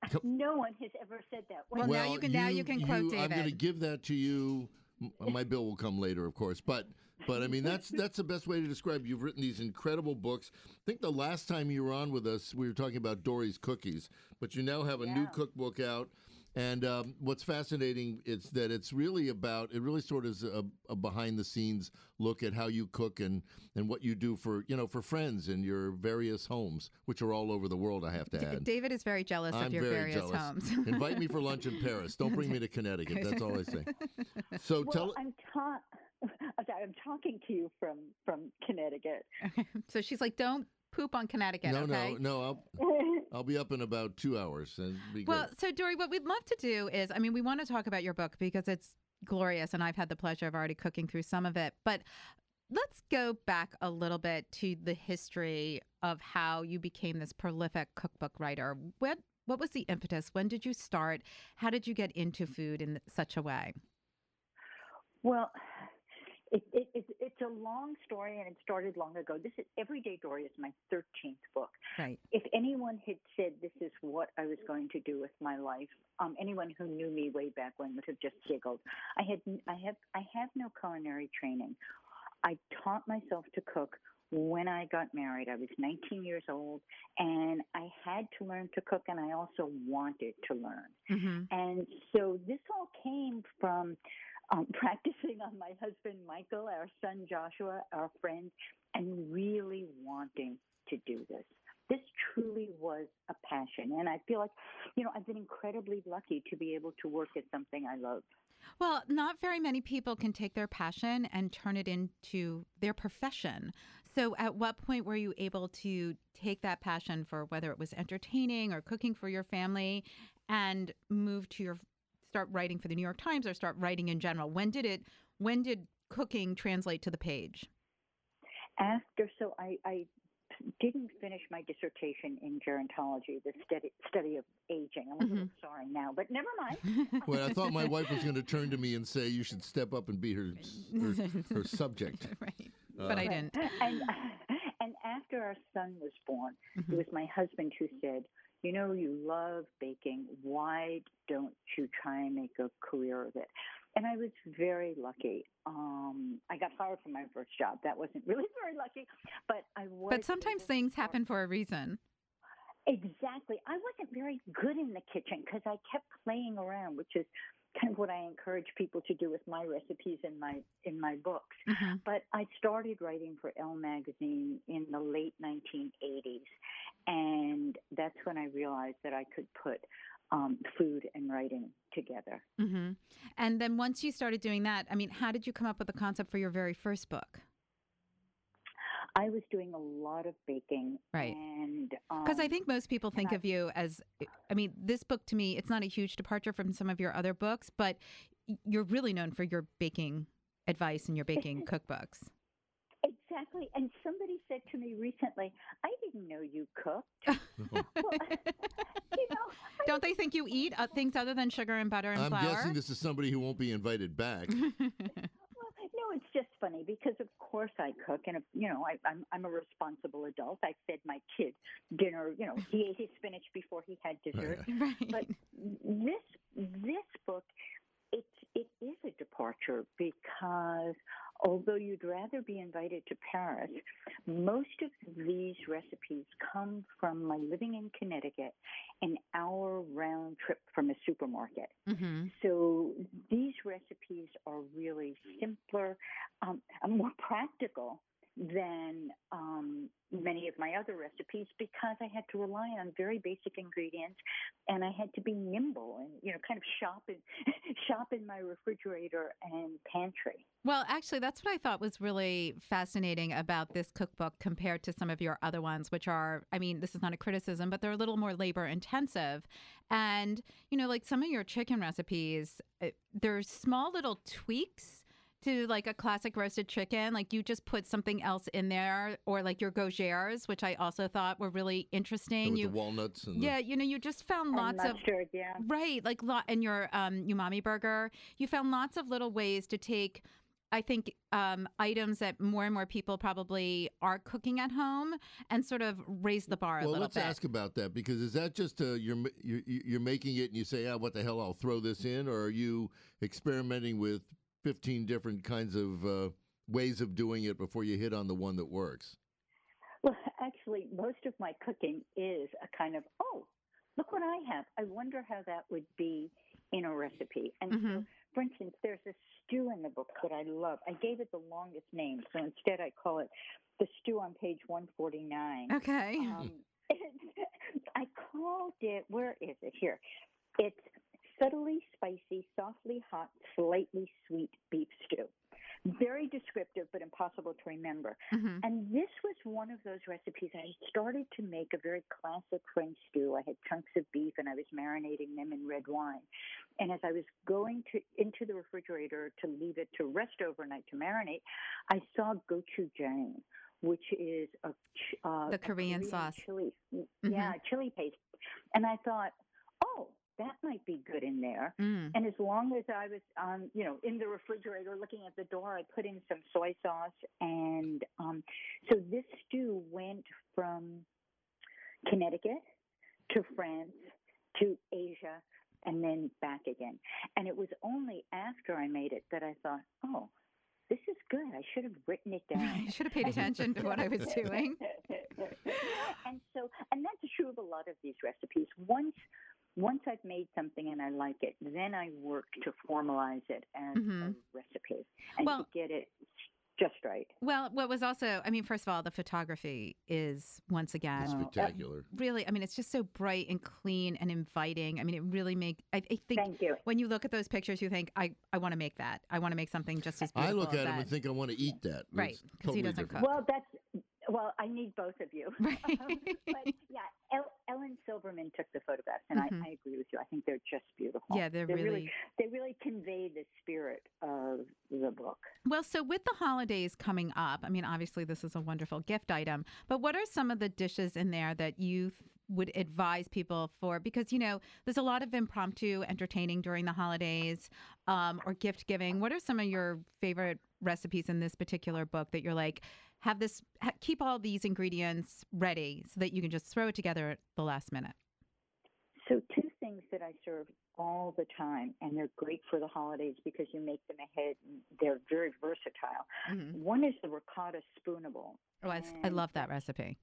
S1: Co-
S8: no one has ever said that.
S2: Well, now you can- now you can quote
S1: I'm going to
S2: David.
S1: give that to you. M- My bill will come later, of course, but but I mean that's that's the best way to describe. You've written these incredible books. I think the last time you were on with us, we were talking about Dory's cookies, but you now have a new
S8: Yeah.
S1: cookbook out. And um, what's fascinating is that it's really about it. Really, sort of is a, a behind the scenes look at how you cook and and what you do for you know for friends in your various homes, which are all over the world. I have to add.
S2: David is very jealous
S1: I'm
S2: of your
S1: very
S2: various
S1: jealous.
S2: homes.
S1: Invite me for lunch in Paris. Don't bring me to Connecticut. That's all I say. So
S8: well,
S1: tell
S8: I'm, ta- I'm sorry, I'm talking to you from from Connecticut.
S2: Okay. so she's like, don't poop on Connecticut.
S1: no,
S2: okay?
S1: no, no. I'll I'll be up in about two hours. uh, And be
S2: Well,
S1: good.
S2: so Dory, what we'd love to do is, I mean, we want to talk about your book because it's glorious, and I've had the pleasure of already cooking through some of it. But let's go back a little bit to the history of how you became this prolific cookbook writer. What what was the impetus? When did you start? How did you get into food in such a way?
S8: Well, It, it, it, it's a long story, and it started long ago. This is Everyday Dory is my 13th book.
S2: Right.
S8: If anyone had said this is what I was going to do with my life, um, anyone who knew me way back when would have just giggled. I had, I have, I have no culinary training. I taught myself to cook when I got married. I was 19 years old, and I had to learn to cook, and I also wanted to learn.
S2: Mm-hmm.
S8: And so this all came from um, practicing on my husband Michael, our son Joshua, our friend, and really wanting to do this. This truly was a passion. And I feel like, you know, I've been incredibly lucky to be able to work at something I love.
S2: Well, not very many people can take their passion and turn it into their profession. So, at what point were you able to take that passion for whether it was entertaining or cooking for your family and move to your start writing for the New York Times or start writing in general? When did it when did cooking translate to the page?
S8: After, so I, I didn't finish my dissertation in gerontology, the study, study of aging. I'm a little sorry now, but never mind.
S1: Well, I thought my wife was going to turn to me and say, "You should step up and be her her, her subject." Uh,
S2: right. but I didn't.
S8: and and after our son was born,
S2: Mm-hmm.
S8: it was my husband who said, "You know, you love baking. Why don't you try and make a career of it?" And I was very lucky. Um, I got fired from my first job. That wasn't really very lucky, but I was.
S2: But sometimes
S8: able to
S2: things
S8: start-
S2: happen for a reason.
S8: Exactly. I wasn't very good in the kitchen because I kept playing around, which is kind of what I encourage people to do with my recipes in my in my books.
S2: Mhm.
S8: But I started writing for Elle magazine in the late 1980s, and that's when I realized that I could put um, food and writing together.
S2: hmm And then once you started doing that, I mean, how did you come up with the concept for your very first book?
S8: I was doing a lot of baking,
S2: Right.
S8: And
S2: Because I
S8: um,
S2: think most people think
S8: I-
S2: of you as, I mean, this book to me, it's not a huge departure from some of your other books, but y- you're really known for your baking advice and your baking cookbooks.
S8: um, Exactly. And somebody said to me recently, I didn't know you cooked. well, you know, I
S2: Don't they think you eat uh, things other than sugar and butter and
S1: I'm
S2: flour?
S1: guessing this is somebody who won't be invited back.
S8: Well, no, it's just funny because of course I cook, and you know I, I'm I'm a responsible adult. I fed my kid dinner. You know he ate his spinach before he had dessert.
S2: right.
S8: But this this book, it it is a departure because although you'd rather be invited to Paris, most of these recipes come from my living in Connecticut, an hour round trip from a supermarket.
S2: hmm
S8: So these recipes are really simpler um, and more practical than um, many of my other recipes because I had to rely on very basic ingredients and I had to be nimble and you know kind of shop in shop in my refrigerator and pantry.
S2: Well, actually, that's what I thought was really fascinating about this cookbook compared to some of your other ones, which are, I mean, this is not a criticism, but they're a little more labor intensive. And, you know, like some of your chicken recipes, uh, there's small little tweaks to like a classic roasted chicken. Like you just put something else in there, or like your gougères, which I also thought were really interesting.
S1: with
S2: You,
S1: the walnuts and the-
S2: yeah, you know, you just found
S8: and
S2: lots of
S8: mustard, yeah.
S2: Right, like lot and your um, umami burger. You found lots of little ways to take, I think, um, items that more and more people probably are cooking at home and sort of raise the bar a
S1: Well,
S2: little
S1: let's
S2: bit.
S1: ask about that because is that just uh, you're, ma- you're you're making it and you say, "Ah, what the hell? I'll throw this in," or are you experimenting with 15 different kinds of uh, ways of doing it before you hit on the one that works?
S8: Well, actually, most of my cooking is a kind of, oh, look what I have. I wonder how that would be in a recipe. And so,
S2: Mhm.
S8: for instance, there's a stew in the book that I love. I gave it the longest name, so instead I call it the stew on page 149.
S2: okay.
S8: Um, I called it, where is it? Here. It's subtly spicy, softly hot, slightly sweet beef stew. Very descriptive, but impossible to remember.
S2: hmm
S8: And this was one of those recipes I started to make a very classic French stew. I had chunks of beef and I was marinating them in red wine. And as I was going to into the refrigerator to leave it to rest overnight to marinate, I saw gochujang, which is a ch- uh,
S2: The
S8: a
S2: Korean sauce.
S8: mm, chili. Yeah, chili paste. And I thought, oh, that might be good in there.
S2: Mm.
S8: And as long as I was, um, you know, in the refrigerator looking at the door, I put in some soy sauce, and um, so this stew went from Connecticut to France to Asia and then back again. And it was only after I made it that I thought, oh, this is good. I should have written it down.
S2: I should have paid attention to what I was doing.
S8: and so, and that's true of a lot of these recipes. Once, once I've made something and I like it, then I work to formalize it as a
S2: Mhm.
S8: recipe and
S2: Well-
S8: to get it just right.
S2: Well, what was also, I mean, first of all, the photography is once again
S1: It's
S8: Oh, uh,
S1: spectacular.
S2: really, I mean, it's just so bright and clean and inviting. I mean, it really make. I, I think
S8: Thank you.
S2: when you look at those pictures, you think, I, I want to make that. I want to make something just as
S1: I
S2: beautiful.
S1: look
S2: as
S1: at him
S2: that.
S1: and think I want to eat that.
S2: Right,
S1: It's
S2: 'cause
S1: totally
S2: he doesn't
S1: different.
S2: cook.
S8: Well, that's well. I need both of you. Um,
S2: Right.
S8: but yeah, El- Ellen Silverman took the photographs, and
S2: Mhm.
S8: I, I agree with you. I think they're just beautiful.
S2: yeah, they're,
S8: really,
S2: really
S8: they really convey the spirit of the book.
S2: Well, so with the holidays coming up, I mean, obviously this is a wonderful gift item, but what are some of the dishes in there that you th- would advise people for? Because, you know, there's a lot of impromptu entertaining during the holidays um, or gift giving. What are some of your favorite recipes in this particular book that you're like, have this, ha- keep all these ingredients ready so that you can just throw it together at the last minute?
S8: So two things that I serve all the time, and they're great for the holidays because you make them ahead. And they're very versatile.
S2: Mm-hmm.
S8: One is the ricotta spoonable.
S2: Oh, I, I
S8: And
S2: love that recipe.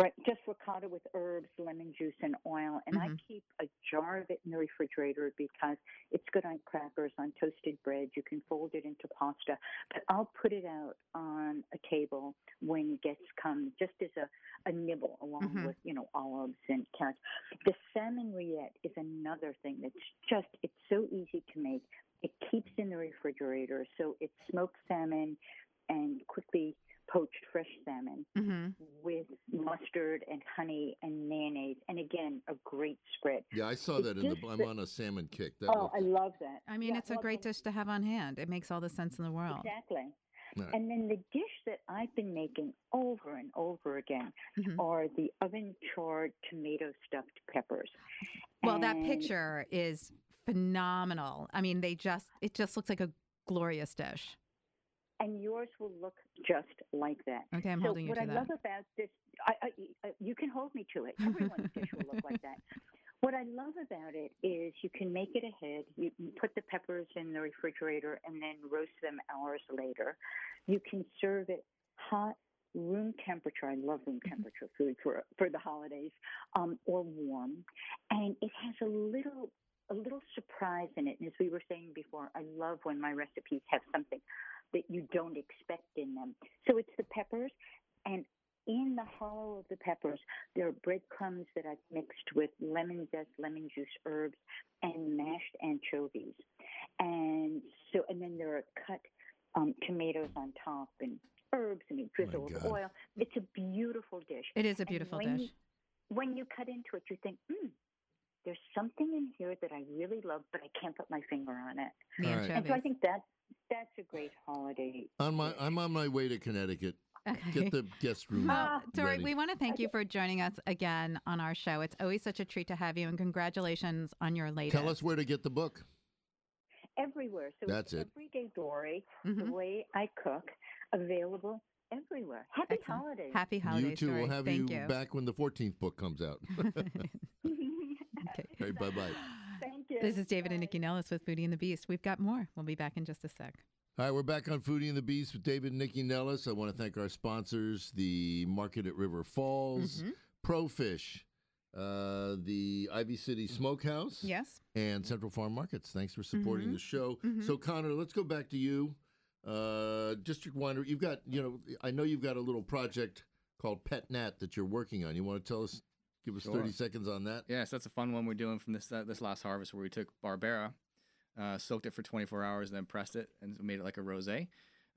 S8: Right, just ricotta with herbs, lemon juice, and oil. And I
S2: Mhm.
S8: keep a jar of it in the refrigerator because it's good on crackers, on toasted bread. You can fold it into pasta. But I'll put it out on a table when guests come, just as a, a nibble, along
S2: Mhm.
S8: with you know olives and carrots. The salmon rillette is another thing that's just it's so easy to make. It keeps in the refrigerator, so it's smoked salmon and quickly poached fresh salmon
S2: hmm
S8: with mustard and honey and mayonnaise, and again, a great spread.
S1: Yeah, I saw
S8: It's
S1: that in the.
S8: just
S1: I'm
S8: that-
S1: on a salmon kick. That
S8: Oh,
S1: looked-
S8: I love that.
S2: I mean,
S8: Yeah,
S2: it's a
S8: well,
S2: great
S8: and-
S2: dish to have on hand. It makes all the sense in the world.
S8: Exactly.
S1: All right.
S8: And then the dish that I've been making over and over again
S2: Mhm.
S8: are the oven charred tomato stuffed peppers.
S2: Well, that
S8: And-
S2: picture is phenomenal. I mean, they just it just looks like a glorious dish.
S8: And yours will look just like that.
S2: Okay, I'm
S8: so
S2: holding you
S8: what
S2: to
S8: I
S2: that.
S8: love about this, I, I, I- you can hold me to it. Everyone's dish will look like that. What I love about it is you can make it ahead. You can put the peppers in the refrigerator and then roast them hours later. You can serve it hot, room temperature. I love room temperature food for for the holidays, um, or warm, and it has a little a little surprise in it. And as we were saying before, I love when my recipes have something that you don't expect in them. So it's the peppers, and in the hollow of the peppers, there are breadcrumbs that I've mixed with lemon zest, lemon juice, herbs, and mashed anchovies. And so, and then there are cut um, tomatoes on top and herbs and you drizzle with
S1: God.
S8: oil. It's a beautiful dish.
S2: It is a
S8: And
S2: beautiful
S8: when
S2: dish.
S8: You, when you cut into it, you think, hmm, there's something in here that I really love, but I can't put my finger on it.
S2: The
S1: All right.
S8: And so I
S2: anchovies.
S8: think that that's a great holiday.
S1: on my,
S8: dish.
S1: I'm on my way to Connecticut.
S2: Okay.
S1: Get the guest room.
S8: Ah,
S2: Well, Dory,
S1: Mm-hmm. ready.
S2: we want to thank you for joining us again on our show. It's always such a treat to have you, and congratulations on your latest.
S1: Tell us where to get the book.
S8: everywhere. So
S1: That's
S8: it's
S1: it.
S8: Everyday Dory,
S2: Mhm.
S8: the way I cook, available everywhere. Happy
S2: Excellent.
S8: holidays.
S2: Happy holidays,
S1: you too.
S2: Dory.
S1: We'll have
S2: thank
S1: you, back when the 14th book comes out.
S2: Okay.
S1: hey, bye bye.
S8: Thank you.
S2: This is David and
S8: Bye.
S2: Nikki Nellis with Foodie and the Beast. We've got more. We'll be back in just a sec.
S1: All right, we're back on Foodie and the Beast with David and Nikki Nellis. I want to thank our sponsors, the Market at River Falls,
S2: Mm-hmm.
S1: Profish, uh, the Ivy City Smokehouse,
S2: Yes.
S1: and Central Farm Markets. Thanks for supporting
S2: Mm-hmm.
S1: the show. So, Connor, let's go back to you. Uh, District Winery, you've got, you know, I know you've got a little project called Pet Nat that you're working on. You want to tell us, give us
S3: Sure.
S1: 30 seconds on that?
S3: Yeah, so that's a fun one we're doing from this uh, this last harvest where we took Barbera, uh, soaked it for 24 hours, and then pressed it and made it like a rosé.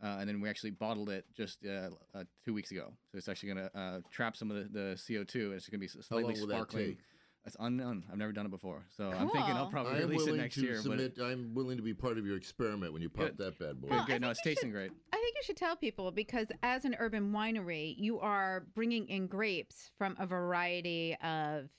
S3: Uh, and then we actually bottled it just uh, uh, two weeks ago. So it's actually going to uh, trap some of the, the CO2. And it's going to be s-
S1: How
S3: slightly
S1: long will that
S3: sparkling.
S1: take?
S3: It's unknown. I've never done it before. So Oh, I'm thinking I'll
S2: Cool.
S3: probably
S1: I am
S3: release it
S1: willing
S3: next
S1: to
S3: year.
S1: submit. I'm willing to be part of your experiment when you pop
S3: Good.
S1: that bad boy.
S3: But
S2: Well,
S3: good,
S2: I
S3: good. No,
S2: think
S3: it's
S2: you
S3: tasting
S2: should-
S3: great.
S2: I think you should tell people because as an urban winery, you are bringing in grapes from a variety of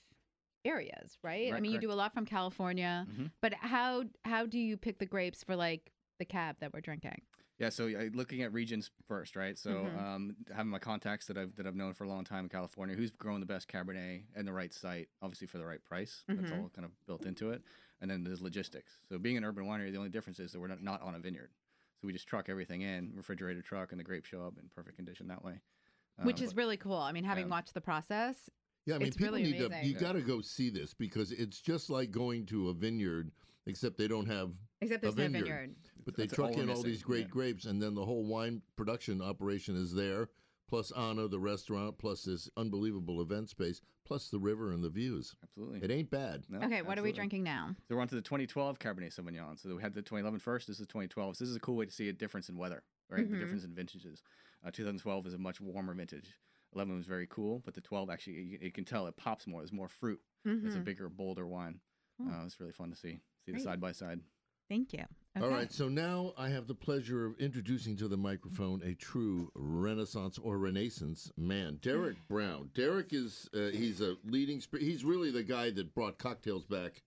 S2: areas, right? I
S3: Right,
S2: mean, you
S3: correct.
S2: do a lot from California,
S3: Mhm.
S2: but how how do you pick the grapes for like the cab that we're drinking?
S3: Yeah, so uh, looking at regions first, right? So
S2: Mhm.
S3: um, having my contacts that I've that I've known for a long time in California, who's growing the best Cabernet and the right site, obviously for the right price. That's
S2: Mhm.
S3: all kind of built into it. And then there's logistics. So being an urban winery, the only difference is that we're not, not on a vineyard, so we just truck everything in, refrigerated truck, and the grapes show up in perfect condition that way.
S2: Which
S3: Um,
S2: is
S3: but-
S2: really cool. I mean, having
S3: Yeah.
S2: watched the process,
S1: Yeah, I mean,
S2: It's
S1: people
S2: really
S1: need to.
S2: amazing.
S1: You
S3: Yeah.
S1: got to go see this because it's just like going to a vineyard, except they don't have.
S2: except
S1: A
S2: there's no
S1: vineyard.
S2: vineyard.
S1: But they
S3: That's
S1: truck
S3: all we're
S1: in all
S3: missing,
S1: these great
S3: yeah.
S1: grapes, and then the whole wine production operation is there. Plus Anna, the restaurant, plus this unbelievable event space, plus the river and the views.
S3: absolutely.
S1: It ain't bad.
S3: No,
S2: okay, what are we
S3: absolutely.
S2: drinking now?
S3: So we're on to the 2012 Cabernet Sauvignon. So we had the 2011 first. This is 2012. So this is a cool way to see a difference in weather, right?
S2: Mhm.
S3: The difference in vintages. Uh, 2012 is a much warmer vintage. 11 was very cool, but the 12 actually, you, you can tell it pops more. There's more fruit. It's a
S2: Mhm.
S3: bigger, bolder wine.
S2: Hmm.
S3: Uh, it's really fun to see. See
S2: Great.
S3: the side by side.
S2: Thank you.
S1: All
S2: Okay.
S1: right, so now I have the pleasure of introducing to the microphone a true Renaissance or Renaissance man, Derek Brown. Derek is uh, he's a leading sp- he's really the guy that brought cocktails back,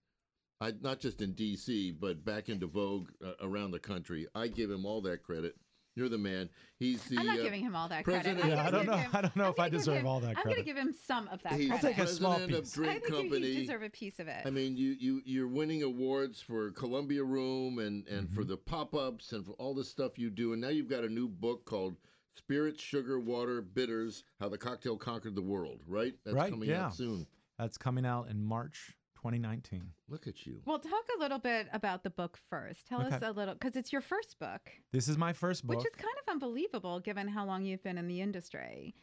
S1: I, not just in D.C. but back into vogue uh, around the country. I give him all that credit. You're the man. He's the
S2: I'm not
S1: uh,
S2: giving him all that
S1: president-
S2: credit. I'm
S1: Yeah,
S5: Yeah,
S2: gonna
S5: I don't
S2: give
S5: know.
S2: him-
S5: I don't know
S2: I'm
S5: if I
S2: gonna give
S5: deserve
S2: him-
S5: all that
S2: I'm going to
S5: credit.
S2: give him some of that
S1: he's
S2: credit.
S5: I'll take a small
S1: president of
S5: piece.
S1: Drink
S2: I think you-
S1: Company.
S2: you deserve a piece of it.
S1: I mean, you you you're winning awards for Columbia Room and and for
S9: Mm-hmm.
S1: the pop-ups and for all the stuff you do, and now you've got a new book called Spirits, Sugar, Water, Bitters: How the Cocktail Conquered the World. Right? That's
S5: Right,
S1: coming
S5: yeah.
S1: out soon.
S9: That's coming out in March 2019.
S1: Look at you.
S2: well, talk a little bit about the book first. Tell us
S9: Okay.
S2: a little, because it's your first book,
S9: This is my first book.
S2: which is kind of unbelievable given how long you've been in the industry.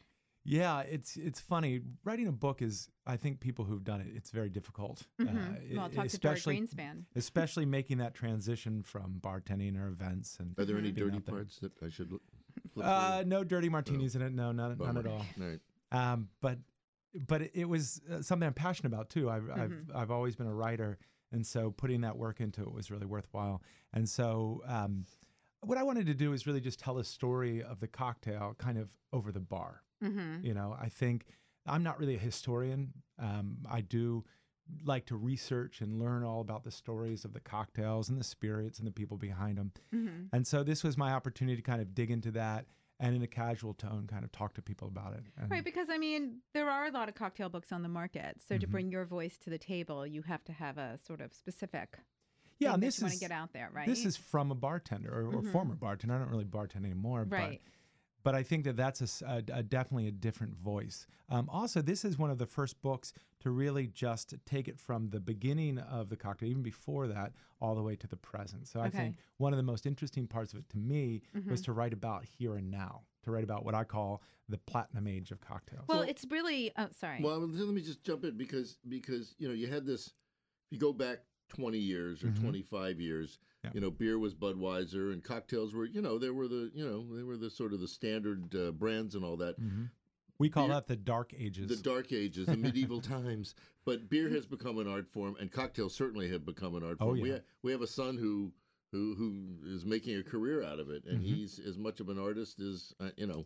S9: yeah, it's it's funny. Writing a book is, I think, people who've done it, it's very difficult.
S2: Mhm.
S9: e-
S2: well, talk to Dory
S9: especially,
S2: Greenspan.
S9: especially making that transition from bartending or events and.
S1: Are there any
S9: being
S1: dirty
S9: out there.
S1: parts that I should look? flip
S9: Uh,
S1: through? Oh.
S9: no dirty martinis in it. No, none, none
S1: Bummer.
S9: at all.
S1: All right.
S9: um, but but it- it was uh, something I'm passionate about too. I've
S2: Mm-hmm.
S9: I've I've always been a writer, and so putting that work into it was really worthwhile. And so um, what I wanted to do is really just tell a story of the cocktail, kind of over the bar.
S2: Mm-hmm.
S9: You know, I think I'm not really a historian. Um, I do like to research and learn all about the stories of the cocktails and the spirits and the people behind them.
S2: Mm-hmm.
S9: And so this was my opportunity to kind of dig into that and in a casual tone kind of talk to people about it. And-
S2: Right, because I mean, there are a lot of cocktail books on the market. So
S9: Mm-hmm.
S2: to bring your voice to the table, you have to have a sort of specific
S9: yeah,
S2: thing
S9: and
S2: that
S9: this
S2: you want to
S9: is
S2: get out there, right?
S9: this is from a bartender or, or
S2: Mhm.
S9: former bartender. I don't really bartend anymore,
S2: right.
S9: but but I think that that's a s- a, a- definitely a different voice. Um, also, this is one of the first books to really just take it from the beginning of the cocktail, even before that, all the way to the present. So I think
S2: Okay. Mm-hmm.
S9: one of the most interesting parts of it to me was to write about here and now, to write about what I call the platinum age of cocktails.
S2: Well,
S1: Well-
S2: it's really. Oh, sorry.
S1: Well, let me just jump in because because you know you had this. If you go back twenty years or
S9: Mhm.
S1: five years,
S9: Yeah.
S1: you know beer was Budweiser and cocktails were you know they were the you know they were the sort of the standard uh, brands and all that.
S9: Mhm. We call
S1: Beer-
S9: that the dark ages.
S1: The dark ages, the medieval times. But beer has become an art form, and cocktails certainly have become an art
S9: Oh,
S1: form. We,
S9: yeah.
S1: ha- we have a son who who who is making a career out of it, and
S9: Mhm.
S1: he's as much of an artist as uh, you know.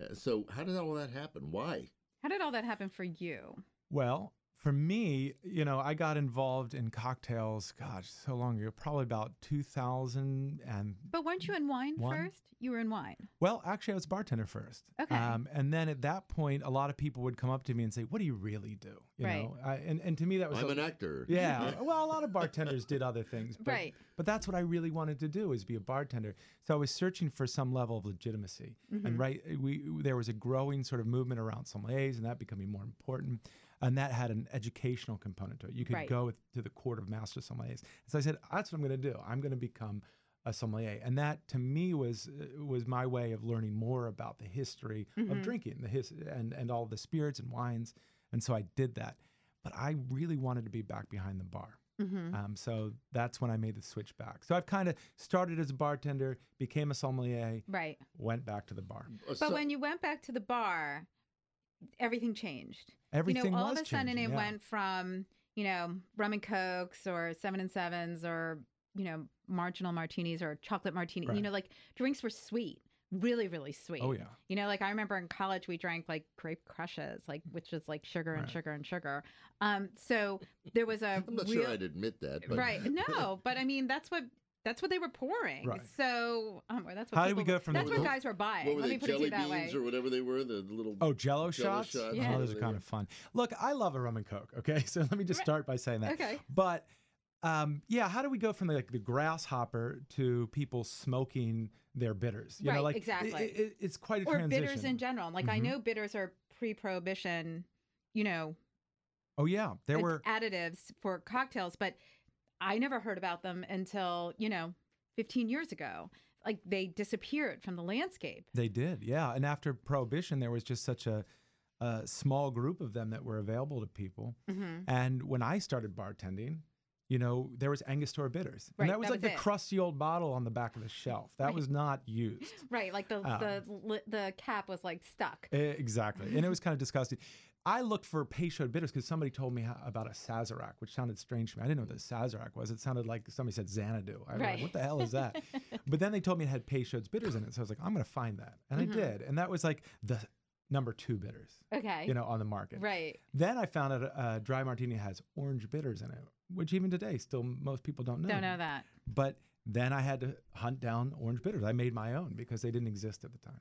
S1: Uh, So how did all that happen? Why?
S2: How did all that happen for you?
S9: Well, for me, you know, I got involved in cocktails, gosh, so long ago, probably about 2000. And
S2: But weren't you in wine
S9: One.
S2: first? You were in wine.
S9: well, actually, I was a bartender first. Um,
S2: Okay.
S9: and then at that point, a lot of people would come up to me and say, What do you really do? You
S2: Right.
S9: know, I, and, and to me, that was.
S1: I'm
S9: a-
S1: an actor.
S9: Oh, yeah. Well, a lot of bartenders did other things. But,
S2: Right.
S9: But that's what I really wanted to do is be a bartender. So I was searching for some level of legitimacy.
S2: Mm-hmm.
S9: And right, we there was a growing sort of movement around sommeliers and that becoming more important. And that had an educational component to it. You could
S2: Right.
S9: go with, to the court of master sommeliers. So I said, that's what I'm going to do. I'm going to become a sommelier. And that to me was uh, was my way of learning more about the history
S2: Mm-hmm.
S9: of drinking, the his and and all the spirits and wines. And so I did that. But I really wanted to be back behind the bar.
S2: Mm-hmm.
S9: Um, so that's when I made the switch back. So I've kind of started as a bartender, became a sommelier,
S2: Right.
S9: went back to the bar.
S1: Uh,
S2: But
S1: so-
S2: when you went back to the bar, everything changed.
S9: Everything
S2: you know, all
S9: was
S2: of a sudden
S9: changing,
S2: it
S9: yeah.
S2: went from, you know, rum and cokes or seven and sevens or, you know, marginal martinis or chocolate martini. You
S9: Right.
S2: know, like drinks were sweet. really, really sweet.
S9: Oh yeah.
S2: You know, like I remember in college we drank like grape crushes, like which was like sugar and
S9: Right.
S2: sugar and sugar. Um, so there was a
S1: I'm not
S2: real-
S1: sure I'd admit that. But
S2: right. No, but I mean that's what that's what they were pouring.
S9: Right.
S2: So um, or that's what
S9: How did we
S2: people-
S9: go from
S2: that's
S1: the-
S2: what guys were buying.
S1: What were
S2: Let
S1: they,
S2: me put it to
S1: jelly
S2: you that way.
S1: beans or whatever they were? The little.
S9: Oh, Jello,
S1: Jell-O
S9: shots.
S1: shots,
S2: Yeah.
S9: Oh, those are
S1: they
S9: kind
S1: were.
S9: of fun. Look, I love a rum and coke. Okay, so let me just
S2: Right.
S9: start by saying that.
S2: Okay.
S9: But um, yeah, how do we go from like the grasshopper to people smoking their bitters? You
S2: Right,
S9: know, like
S2: exactly.
S9: it- it- it's quite a
S2: Or
S9: transition.
S2: bitters in general. Like I
S9: Mhm.
S2: know bitters are pre-prohibition, you know,
S9: oh yeah, there
S2: ad-
S9: were
S2: additives for cocktails, but I never heard about them until, you know, 15 years ago. Like they disappeared from the landscape.
S9: they did yeah, and after prohibition, there was just such a, a small group of them that were available to people.
S2: Mm-hmm.
S9: And when I started bartending, you know, there was Angostura bitters,
S2: Right,
S9: and that was
S2: that
S9: like
S2: was
S9: the
S2: it.
S9: crusty old bottle on the back of the shelf. That
S2: Right.
S9: was not used.
S2: Right, like the
S9: Um,
S2: the li- the cap was like stuck.
S9: Eh, Exactly. And it was kind of disgusting. I looked for Peychaud bitters because somebody told me ho- about a Sazerac, which sounded strange to me. I didn't know what a Sazerac was. It sounded like somebody said Xanadu. I was
S2: Right.
S9: like, what the hell is that? but then they told me it had Peychaud's bitters in it. So I was like, I'm going to find that. And
S2: Mhm.
S9: I did. And that was like the number two bitters,
S2: Okay.
S9: you know, on the market.
S2: right.
S9: Then I found out a, a dry martini has orange bitters in it, which even today, still most people don't know.
S2: Don't know that.
S9: But then I had to hunt down orange bitters. I made my own because they didn't exist at the time.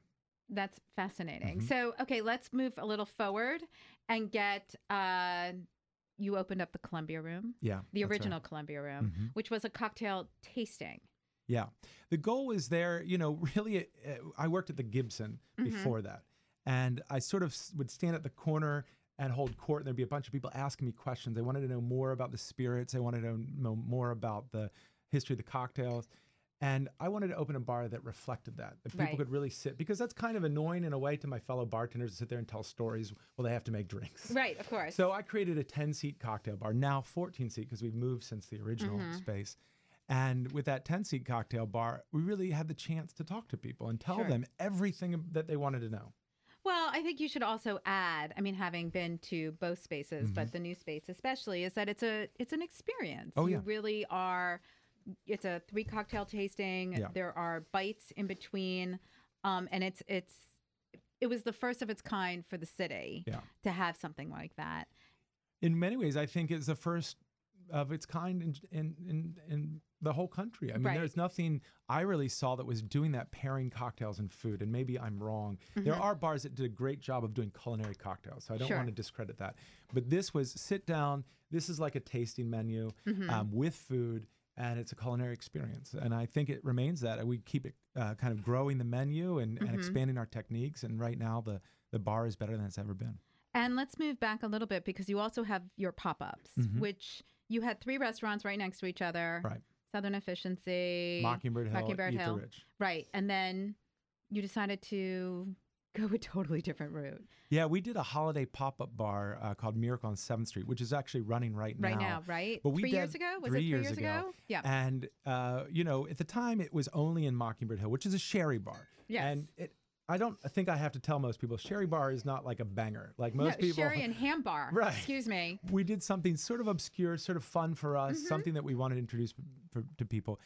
S2: That's fascinating.
S9: Mhm.
S2: So, okay, let's move a little forward and get uh you opened up the Columbia Room,
S9: Yeah.
S2: the
S9: that's right.
S2: original Columbia Room,
S9: Mhm.
S2: which was a cocktail tasting.
S9: Yeah. The goal was there, you know, really, uh, I worked at the Gibson
S2: Mhm.
S9: before that. And I sort of s- would stand at the corner and hold court, and there'd be a bunch of people asking me questions. They wanted to know more about the spirits, they wanted to know more about the history of the cocktails. And I wanted to open a bar that reflected that, that people
S2: Right.
S9: could really sit, because that's kind of annoying in a way to my fellow bartenders to sit there and tell stories while they have to make drinks.
S2: Right, of course.
S9: So I created a 10 seat cocktail bar, now 14 seat because we've moved since the original
S2: Mhm.
S9: space. And with that 10 seat cocktail bar, we really had the chance to talk to people and tell
S2: Sure.
S9: them everything that they wanted to know.
S2: Well, I think you should also add, I mean, having been to both spaces, but the new space especially, is that it's a it's an experience.
S9: Mm-hmm. Oh,
S2: you
S9: yeah.
S2: really are it's a three cocktail tasting.
S9: Yeah.
S2: There are bites in between. Um, and it's it's it was the first of its kind for the city
S9: Yeah.
S2: to have something like that.
S9: In many ways, I think it's the first of its kind in, in, in, in the whole country. I mean,
S2: Right.
S9: there's nothing I really saw that was doing that, pairing cocktails and food. And maybe I'm wrong. There are bars that did a great job of doing culinary cocktails, so I don't
S2: Mm-hmm. Sure.
S9: want to discredit that. But this was sit down. This is like a tasting menu
S2: Mm-hmm.
S9: um, with food, and it's a culinary experience. And I think it remains that. and We keep it uh, kind of growing the menu and,
S2: Mm-hmm.
S9: and expanding our techniques. And right now, the the bar is better than it's ever been.
S2: And let's move back a little bit because you also have your pop ups,
S9: Mhm.
S2: which you had three restaurants right next to each other.
S9: Right.
S2: Southern Efficiency,
S9: Mockingbird Hill,
S2: Mockingbird
S9: Eat the
S2: Hill.
S9: Rich.
S2: Right. And then you decided to go a totally different route
S9: Yeah, we did a holiday pop up bar uh, called Miracle on Seventh Street, which is actually running right now.
S2: right now, right?
S9: But we
S2: three years
S9: did
S2: ago? Was
S9: three
S2: it three
S9: years
S2: years ago?
S9: ago,
S2: Yeah.
S9: And uh, you know, at the time, it was only in Mockingbird Hill, which is a sherry bar.
S2: Yes.
S9: And it, I don't think I have to tell most people sherry bar is not like a banger. Like most
S2: no,
S9: people,
S2: Sherry and Ham Bar.
S9: Right.
S2: Excuse me.
S9: we did something sort of obscure, sort of fun for us,
S2: Mm-hmm.
S9: something that we wanted to introduce p- for, to people.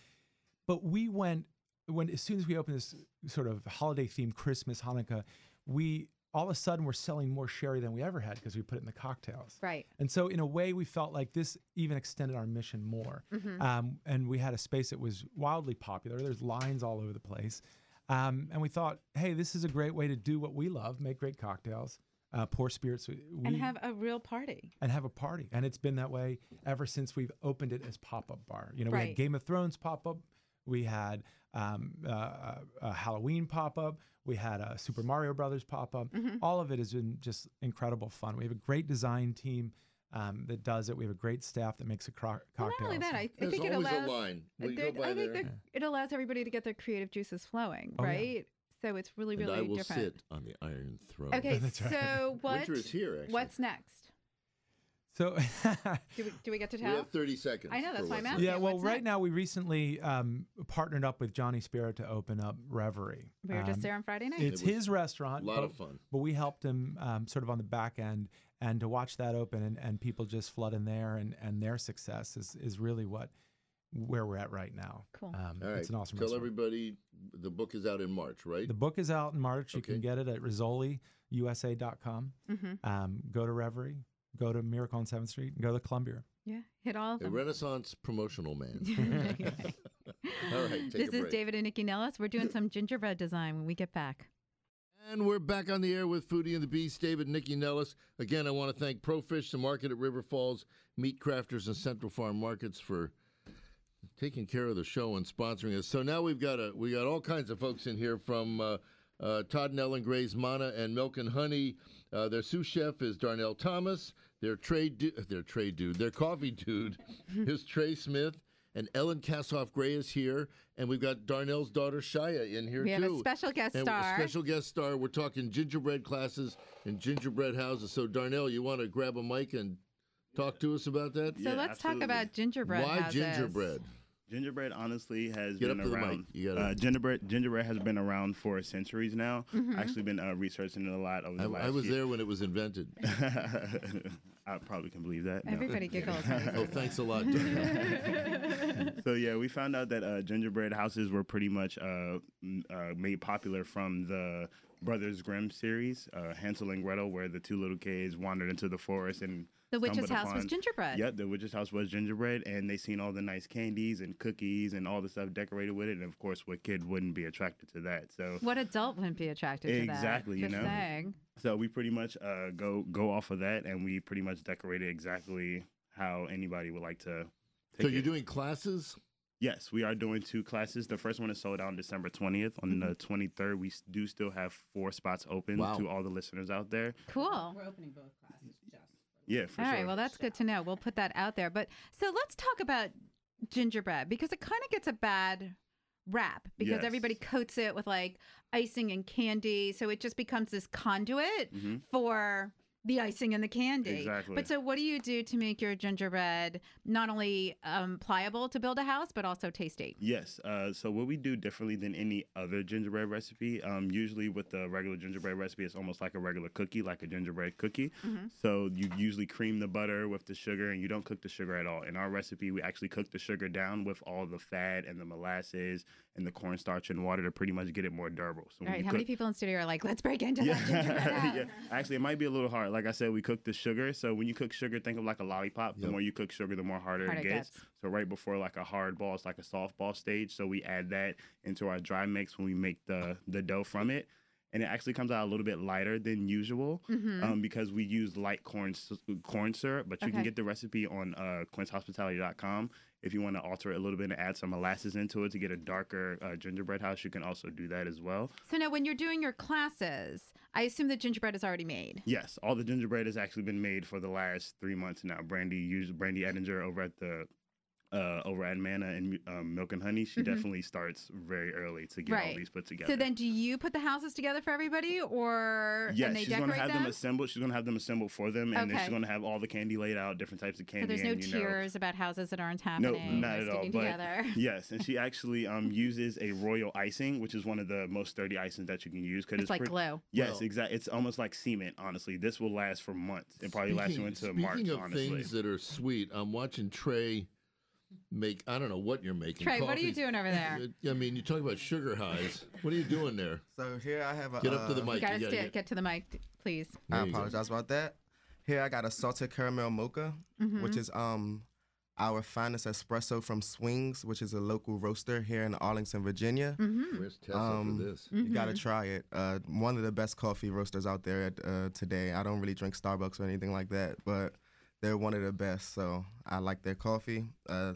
S9: But we went when as soon as we opened this sort of holiday themed Christmas Hanukkah, we all of a sudden were selling more sherry than we ever had because we put it in the cocktails.
S2: Right.
S9: And so, in a way, we felt like this even extended our mission more. Um, and we had a space that was wildly popular. There's lines all over the place. Um, and we thought, hey, this is a great way to do what we love make great cocktails, uh, pour spirits. We,
S2: And have a real party.
S9: and have a party. And it's been that way ever since we've opened it as pop up bar. You know, we
S2: Right.
S9: had Game of Thrones pop up, we had um, uh, a Halloween pop up, we had a Super Mario Brothers pop up.
S2: Mm-hmm.
S9: All of it has been just incredible fun. We have a great design team. Um, that does it. We have a great staff that makes a cro-
S2: Well,
S9: cocktail.
S2: not only that, I, I
S1: There's
S2: think it
S1: always
S2: allows uh,
S1: a line. When you
S2: there-
S1: go by
S2: I think
S1: there,
S2: that it allows everybody to get their creative juices flowing,
S9: Oh, yeah.
S2: right? So it's really,
S1: and
S2: really
S1: I will
S2: different.
S1: sit on the iron throne.
S2: Okay,
S9: That's right.
S2: so what?
S1: Winter is here, actually.
S2: What's next?
S9: so
S2: Do we, do we get to
S1: We
S2: tell?
S1: have 30 seconds.
S2: I know, that's
S1: for
S2: why I'm
S1: what's next.
S2: asking.
S9: yeah. Well,
S2: what's
S9: right
S2: next?
S9: now we recently um, partnered up with Johnny Spirit to open up Reverie.
S2: we were just
S9: Um,
S2: there on Friday night.
S9: It's
S1: It was
S9: his
S1: A
S9: restaurant.
S1: lot
S9: but-
S1: of fun.
S9: but we helped him um, sort of on the back end and to watch that open and, and people just flood in there and, and their success is, is really what where we're at right now.
S2: Cool.
S9: Um,
S1: All right.
S9: It's an awesome
S1: Tell
S9: restaurant.
S1: everybody the book is out in March, right?
S9: The book is out in March. You
S1: Okay.
S9: can get it at rizzoliusa.com.
S2: Mm-hmm.
S9: Um, go to Reverie, go to Miracle on 7th Street, and go to Columbia.
S2: Yeah, hit all of
S1: a
S2: them.
S1: Renaissance promotional man.
S2: Okay.
S1: All right, take
S2: this
S1: a
S2: is
S1: break.
S2: David and Nikki Nellis. We're doing some gingerbread design when we get back.
S1: And we're back on the air with Foodie and the Beast, David, Nikki Nellis. Again, I want to thank Profish, the market at River Falls, Meat Crafters, and Central Farm Markets for taking care of the show and sponsoring us. So now we've got a we got all kinds of folks in here from uh, uh, Todd and Ellen Gray's Mana and Milk and Honey. Uh, their sous chef is Darnell Thomas. Their trade du- uh, their trade dude, their coffee dude, is Trey Smith. And Ellen Kassoff Gray is here, and we've got Darnell's daughter Shia in here
S2: we
S1: too
S2: have a special guest
S1: and
S2: star.
S1: A special guest star. We're talking gingerbread classes and gingerbread houses. So Darnell, you want to grab a mic and talk to us about that?
S2: so
S10: Yeah,
S2: let's
S10: absolutely.
S2: talk about gingerbread.
S1: Why
S2: houses.
S1: gingerbread?
S10: Gingerbread honestly has
S1: Get
S10: been
S1: up to the mic.
S10: around.
S1: You gotta-
S10: uh, gingerbread gingerbread has been around for centuries now.
S2: Mm-hmm.
S10: Actually, been uh, researching it a lot over
S1: I,
S10: the last.
S1: I was
S10: year.
S1: there when it was invented.
S10: I probably can believe that. no.
S2: Everybody giggles. when you
S1: oh,
S2: say
S1: thanks a lot, Darnell.
S10: so yeah, we found out that uh, gingerbread houses were pretty much uh, m- uh, made popular from the Brothers Grimm series, uh, Hansel and Gretel, where the two little kids wandered into the forest and
S2: The witch's
S10: stumbled
S2: house was
S10: upon-
S2: gingerbread.
S10: Yep, the witch's house was gingerbread, and they seen all the nice candies and cookies and all the stuff decorated with it. And of course, what kid wouldn't be attracted to that? So,
S2: What adult wouldn't be attracted to that?
S10: Exactly, you
S2: Just
S10: know.
S2: saying.
S10: so we pretty much uh, go go off of that, and we pretty much decorated exactly how anybody would like to. Take
S1: so you're
S10: it.
S1: doing classes?
S10: Yes, we are doing two classes. The first one is sold out on December 20th. On the 23rd, we s- do still have four spots open
S1: Mm-hmm. Wow.
S10: to all the listeners out there.
S2: Cool.
S6: We're opening both classes just.
S10: Yeah, for
S2: All
S10: sure.
S2: right, well, that's good to know. We'll put that out there. But so let's talk about gingerbread because it kind of gets a bad rap because
S10: Yes.
S2: everybody coats it with like icing and candy. So it just becomes this conduit
S10: Mhm.
S2: for the icing and the candy.
S10: Exactly.
S2: But so, what do you do to make your gingerbread not only um, pliable to build a house, but also tasty?
S10: Yes. Uh, so what we do differently than any other gingerbread recipe, um, usually with the regular gingerbread recipe, it's almost like a regular cookie, like a gingerbread cookie.
S2: Mm-hmm.
S10: So you usually cream the butter with the sugar, and you don't cook the sugar at all. In our recipe, we actually cook the sugar down with all the fat and the molasses and the cornstarch and water to pretty much get it more durable. So
S2: All right,
S10: you
S2: how many people in studio are like, let's break into
S10: yeah.
S2: that gingerbread house?
S10: yeah. Actually, it might be a little hard. Like I said, we cook the sugar. So when you cook sugar, think of like a lollipop. The
S1: Yep.
S10: more you cook sugar, the more harder
S2: Harder
S10: it
S2: it
S10: gets.
S2: gets.
S10: So right before like a hard ball, it's like a softball stage. So we add that into our dry mix when we make the the dough from it. And it actually comes out a little bit lighter than usual um, because we use light corn s- corn syrup. But you
S2: Okay.
S10: can get the recipe on uh, quincehospitality.com. If you want to alter it a little bit and add some molasses into it to get a darker uh, gingerbread house, you can also do that as well.
S2: So now, when you're doing your classes, I assume the gingerbread is already made.
S10: Yes, all the gingerbread has actually been made for the last three months now. Brandy, use Brandy Edinger over at the uh, over at Mana and um, Milk and Honey. She
S2: Mhm.
S10: definitely starts very early to get
S2: Right.
S10: all these put together.
S2: So then, do you put the houses together for everybody, or
S10: yes,
S2: and they
S10: she's gonna
S2: decorate
S10: have them?
S2: them?
S10: assembled. She's gonna have them assembled for them, and then
S2: Okay.
S10: she's gonna have all the candy laid out, different types of
S2: so
S10: candy.
S2: there's no
S10: and, you know,
S2: tears about houses that aren't happening.
S10: No, not
S2: or
S10: at all.
S2: sticking
S10: But
S2: together.
S10: yes, and she actually um, uses a royal icing, which is one of the most sturdy icings that you can use. 'cause
S2: it's, like
S10: pretty-
S2: glue.
S10: Yes,
S1: Well-
S10: exactly. It's almost like cement. Honestly, this will last for months. It probably lasts you into
S1: speaking
S10: March.
S1: of
S10: honestly,
S1: things that are sweet, I'm watching Trey make. I don't know what you're making.
S2: Trey, what are you
S1: coffee- Uh,
S2: doing over there?
S1: I mean, you talk about sugar highs. What are you doing there?
S11: So here I have a.
S1: Get up to the
S11: uh,
S1: mic.
S2: You gotta
S1: you
S2: sti- get, to the mic, t- please.
S1: There
S11: I
S1: you go.
S11: apologize about that. Here I got a salted caramel mocha, which is um our finest espresso from Swings, which is a local roaster here in Arlington, Virginia.
S2: Mm-hmm.
S1: Where's Tessa
S11: Um,
S1: for this?
S11: You gotta try it. Uh, one of the best coffee roasters out there at, uh, today. I don't really drink Starbucks or anything like that, but they're one of the best. So I like their coffee. Uh,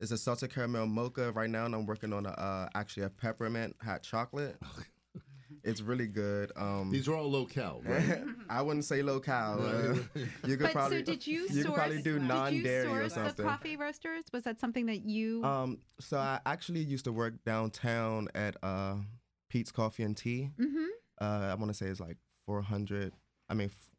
S11: it's a salted caramel mocha right now, and I'm working on a uh, actually a peppermint hot chocolate. it's really good. Um,
S1: These are all locale, right?
S11: I wouldn't say locale. Uh, you could
S2: But
S11: probably
S2: so did you,
S11: you
S2: source?
S11: could probably do non-dairy
S2: did you
S11: or
S2: source the
S11: something.
S2: coffee roasters? Was that something that you?
S11: Um, so I actually used to work downtown at uh, Pete's Coffee and Tea.
S2: Mhm.
S11: Uh, I want to say it's like 400. I mean, f-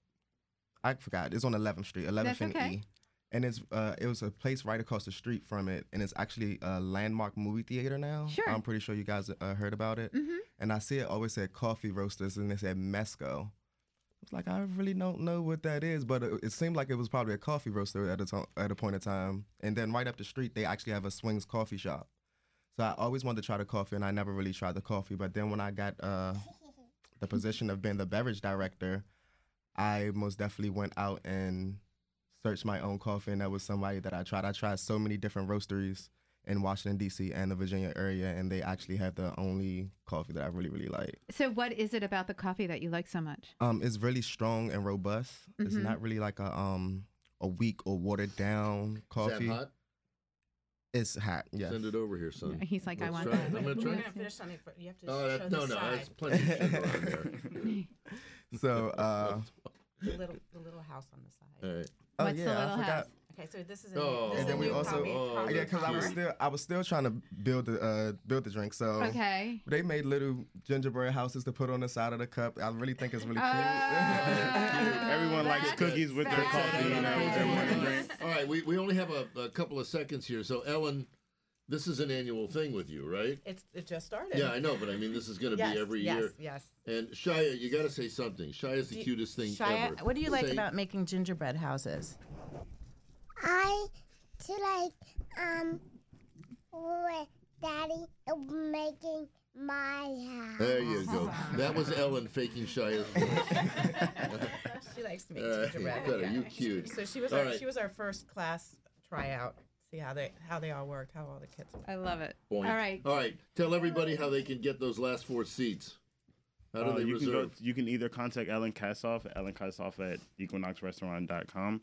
S11: I forgot. It's on 11th Street, 11th
S2: That's
S11: and
S2: okay.
S11: E. And it's uh, it was a place right across the street from it, and it's actually a landmark movie theater now.
S2: Sure.
S11: I'm pretty sure you guys uh, heard about it.
S2: Mhm.
S11: And I see it always said coffee roasters, and they said Mesco. was like, I really don't know what that is, but uh, it, it seemed like it was probably a coffee roaster at a to- at a point of time. And then right up the street, they actually have a Swings coffee shop. So I always wanted to try the coffee, and I never really tried the coffee. But then when I got uh, the position of being the beverage director, I most definitely went out and searched my own coffee, and that was somebody that I tried. I tried so many different roasteries in Washington D.C. and the Virginia area, and they actually have the only coffee that I really really like.
S2: So, what is it about the coffee that you like so much?
S11: Um, it's really strong and robust. It's
S2: Mhm.
S11: not really like a um a weak or watered down coffee.
S1: hot?
S11: It's hot. Yes.
S1: Send it over here, son.
S2: He's like, I
S1: Let's
S2: want
S1: try
S2: that.
S1: it. I'm gonna
S12: We're
S1: try.
S12: gonna
S1: it.
S12: finish something, but you have to
S1: Oh,
S12: show
S1: that,
S12: the
S1: no, no,
S12: side.
S1: there's plenty of sugar on there.
S11: So, uh,
S12: The little, the little house on the side.
S11: All right. Oh, What's the yeah, I little forgot. house?
S12: Okay, so this is a new, this
S11: and
S12: is a
S11: then we
S12: new
S11: also
S12: coffee
S1: uh,
S11: oh,
S12: coffee
S11: yeah, because I was
S12: topper.
S11: still I was still trying to build the uh, build the drink. So
S2: Okay.
S11: they made little gingerbread houses to put on the side of the cup. I really think it's really cute.
S10: Oh. Everyone
S12: Uh,
S10: likes cookies with their coffee, you know, with their morning drink.
S1: All right, we, we only have a, a couple of seconds here. So, Ellen, this is an annual thing with you, right?
S12: It's it just started.
S1: Yeah, I know, but I mean, this is going to
S12: Yes,
S1: be every
S12: yes,
S1: year.
S12: Yes.
S1: And Shia, you got to say something. Shia's the
S12: Do you-
S1: cutest thing
S12: Shia,
S1: ever.
S12: What do you like
S1: Say-
S12: about making gingerbread houses?
S13: I to like um with daddy making my house.
S1: There you go. That was Ellen faking Shia's
S12: she likes to make
S1: All right,
S12: gingerbread.
S1: better,
S12: yeah.
S1: you cute.
S12: So she was
S1: All
S12: our
S1: right.
S12: she was our first class tryout. See how they how they all worked, how all the kids. Worked.
S2: I love it.
S1: point.
S2: All right.
S1: All right. Tell everybody how they can get those last four seats. How do
S10: Uh,
S1: they
S10: you
S1: reserve?
S10: Can go, you can either contact Ellen Kassoff at ellenkassoff at equinoxrestaurant.com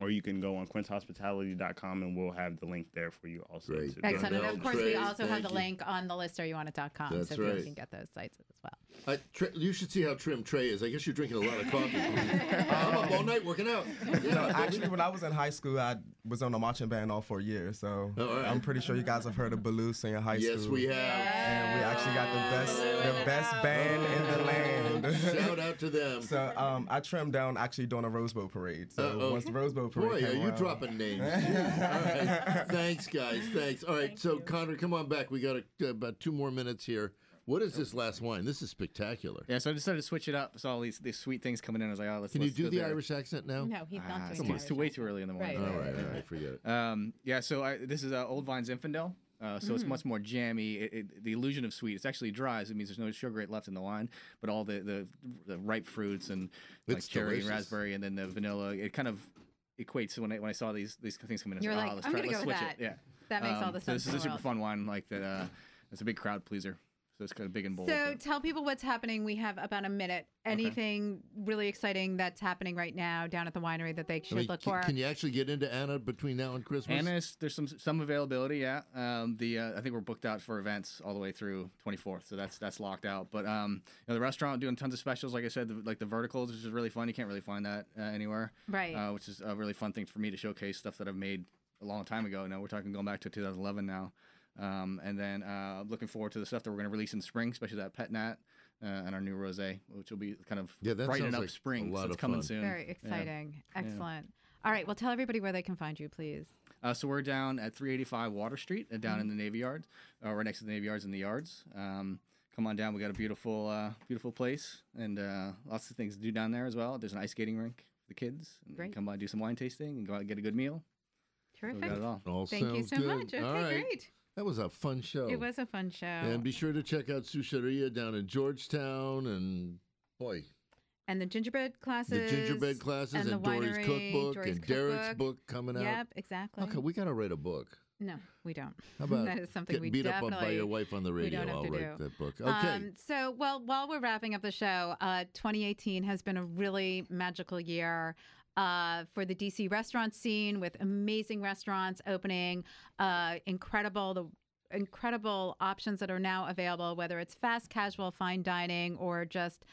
S10: or you can go on quincehospitality.com and we'll have the link there for you also.
S1: Great.
S10: to go.
S2: Excellent. And of course, we also have
S1: thank
S2: the
S1: you.
S2: link on the listeryouwantit.com
S1: That's
S2: so people
S1: right.
S2: can get those sites as well.
S1: I, Uh, Tre- you should see how trim Trey is. I guess you're drinking a lot of coffee. I'm up all night working out.
S11: You know, actually, when I was in high school, I was on a marching band all four years. So
S1: Oh, all right.
S11: I'm pretty sure you guys have heard of Baloo Senior High
S1: Yes,
S11: School.
S1: we have.
S11: And we actually got the best, the best band in the land.
S1: Shout out to them.
S11: So um, I trimmed down actually during a Rose Bowl parade. So
S1: Uh-oh.
S11: once the Rose Bowl parade
S1: Boy,
S11: came
S1: are you
S11: around-
S1: dropping names? All right. Thanks, guys. Thanks. All right. so, Connor, come on back. We got a, about two more minutes here. What is this last wine? This is spectacular.
S3: Yeah, so I decided to switch it up. Saw all these, these sweet things coming in. I was like, oh, let's.
S1: Can you
S3: let's
S1: do
S3: go
S1: the
S3: there.
S1: Irish accent now?
S2: No, he's not
S3: Ah, it's,
S2: doing
S3: too,
S2: it.
S3: it's too way too early in the morning.
S2: Right.
S1: All Oh, right, all right, forget it.
S3: Um, yeah, so I, this is uh, Old Vine's Infidel. Uh, so it's
S2: Mm.
S3: much more jammy. It, it, the illusion of sweet. It's actually dry, so it means there's no sugar left in the wine, but all the, the, the ripe fruits and like
S1: It's
S3: cherry,
S1: delicious.
S3: raspberry, and then the vanilla. It kind of equates when I when I saw these these things come in. I was
S2: You're
S3: like,
S2: like,
S3: oh, let's
S2: I'm
S3: try,
S2: gonna
S3: let's
S2: go with
S3: switch it.
S2: that.
S3: Yeah, Um,
S2: That makes all the
S3: So this
S2: sense
S3: is
S2: in
S3: a
S2: the
S3: super
S2: world.
S3: fun wine. Like that. Uh, it's a big crowd pleaser. So it's kind of big and bold.
S2: So
S3: but-
S2: tell people what's happening. We have about a minute. Anything really exciting that's happening right now down at the winery that they
S1: I
S2: should
S1: mean,
S2: look
S1: can,
S2: for?
S1: can you actually get into Anna between now and Christmas?
S3: Anna's there's some some availability. Yeah, um, the uh, I think we're booked out for events all the way through 24th, so that's that's locked out. But um, you know, the restaurant doing tons of specials. Like I said, the, like the verticals, which is really fun. You can't really find that uh, anywhere,
S2: Right.
S3: Uh, which is a really fun thing for me to showcase stuff that I've made a long time ago. Now we're talking going back to 2011 now. Um, and then uh, looking forward to the stuff that we're going to release in spring, especially that pet nat uh, and our new rosé, which will be kind of
S1: Yeah, that
S3: brightening
S1: sounds
S3: up
S1: like a
S3: spring. so
S1: lot
S3: it's
S1: of
S3: coming
S1: fun.
S3: soon.
S2: Very
S3: Yeah.
S2: exciting.
S3: Yeah.
S2: Excellent. All right. Well, tell everybody where they can find you, please.
S3: Uh, so we're down at 385 Water Street, uh, down in the Navy Yard, uh, right next to the Navy Yards and the Yards. Um, come on down. We got a beautiful, uh, beautiful place, and uh, lots of things to do down there as well. There's an ice skating rink for the kids. And
S2: Great.
S3: Come by, do some wine tasting, and go out and get a good meal. we
S2: Terrific.
S3: got it all.
S1: All
S2: Thank you
S1: sounds
S2: so
S1: good.
S2: much. Okay,
S1: All right.
S2: great.
S1: That was a fun show.
S2: It was a fun show.
S1: And
S2: And,
S1: be sure to check out Susharia down in Georgetown and boy,
S2: the gingerbread classes.
S1: the gingerbread classes and,
S2: the
S1: Dory's
S2: winery,
S1: cookbook
S2: Dory's
S1: and Derek's
S2: cookbook.
S1: book coming out.
S2: Yep, exactly.
S1: Okay, we got to write a book.
S2: No, we don't.
S1: How about
S2: that is something
S1: getting
S2: we
S1: beat up on
S2: definitely
S1: by your wife on the
S2: we
S1: radio?
S2: don't have
S1: I'll
S2: to
S1: write
S2: do.
S1: that book. Okay.
S2: Um, so, well, while we're wrapping up the show, uh, 2018 has been a really magical year uh, for the DC restaurant scene with amazing restaurants opening, uh, incredible, the incredible options that are now available, whether it's fast casual, fine dining, or just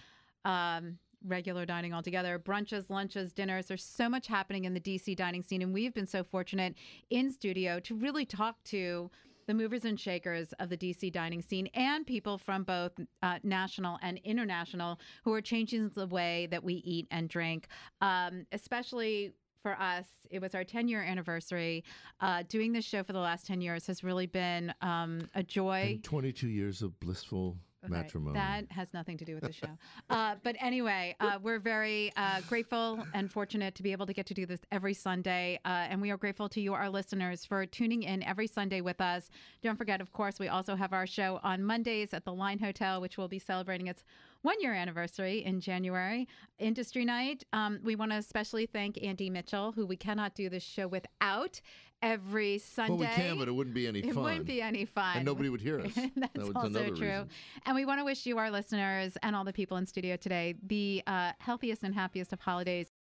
S2: um, regular dining altogether, brunches, lunches, dinners. There's so much happening in the DC dining scene. And we've been so fortunate in studio to really talk to the movers and shakers of the DC dining scene and people from both uh, national and international who are changing the way that we eat and drink, um, especially. For us, it was our 10 year anniversary. Uh, doing this show for the last 10 years has really been um, a joy.
S1: And 22 years of blissful
S2: Okay,
S1: Matrimony.
S2: That has nothing to do with the show. uh, but anyway, uh, we're very uh, grateful and fortunate to be able to get to do this every Sunday. Uh, and we are grateful to you, our listeners, for tuning in every Sunday with us. Don't forget, of course, we also have our show on Mondays at the Line Hotel, which will be celebrating its one year anniversary in January, Industry Night. Um, we want to especially thank Andy Mitchell, who we cannot do this show without every Sunday.
S1: Well, we can, but it wouldn't be any
S2: It
S1: fun.
S2: wouldn't be any fun.
S1: And nobody would hear us.
S2: That's
S1: was
S2: also
S1: another
S2: true.
S1: reason.
S2: And we want to wish you, our listeners, and all the people in studio today, the uh, healthiest and happiest of holidays.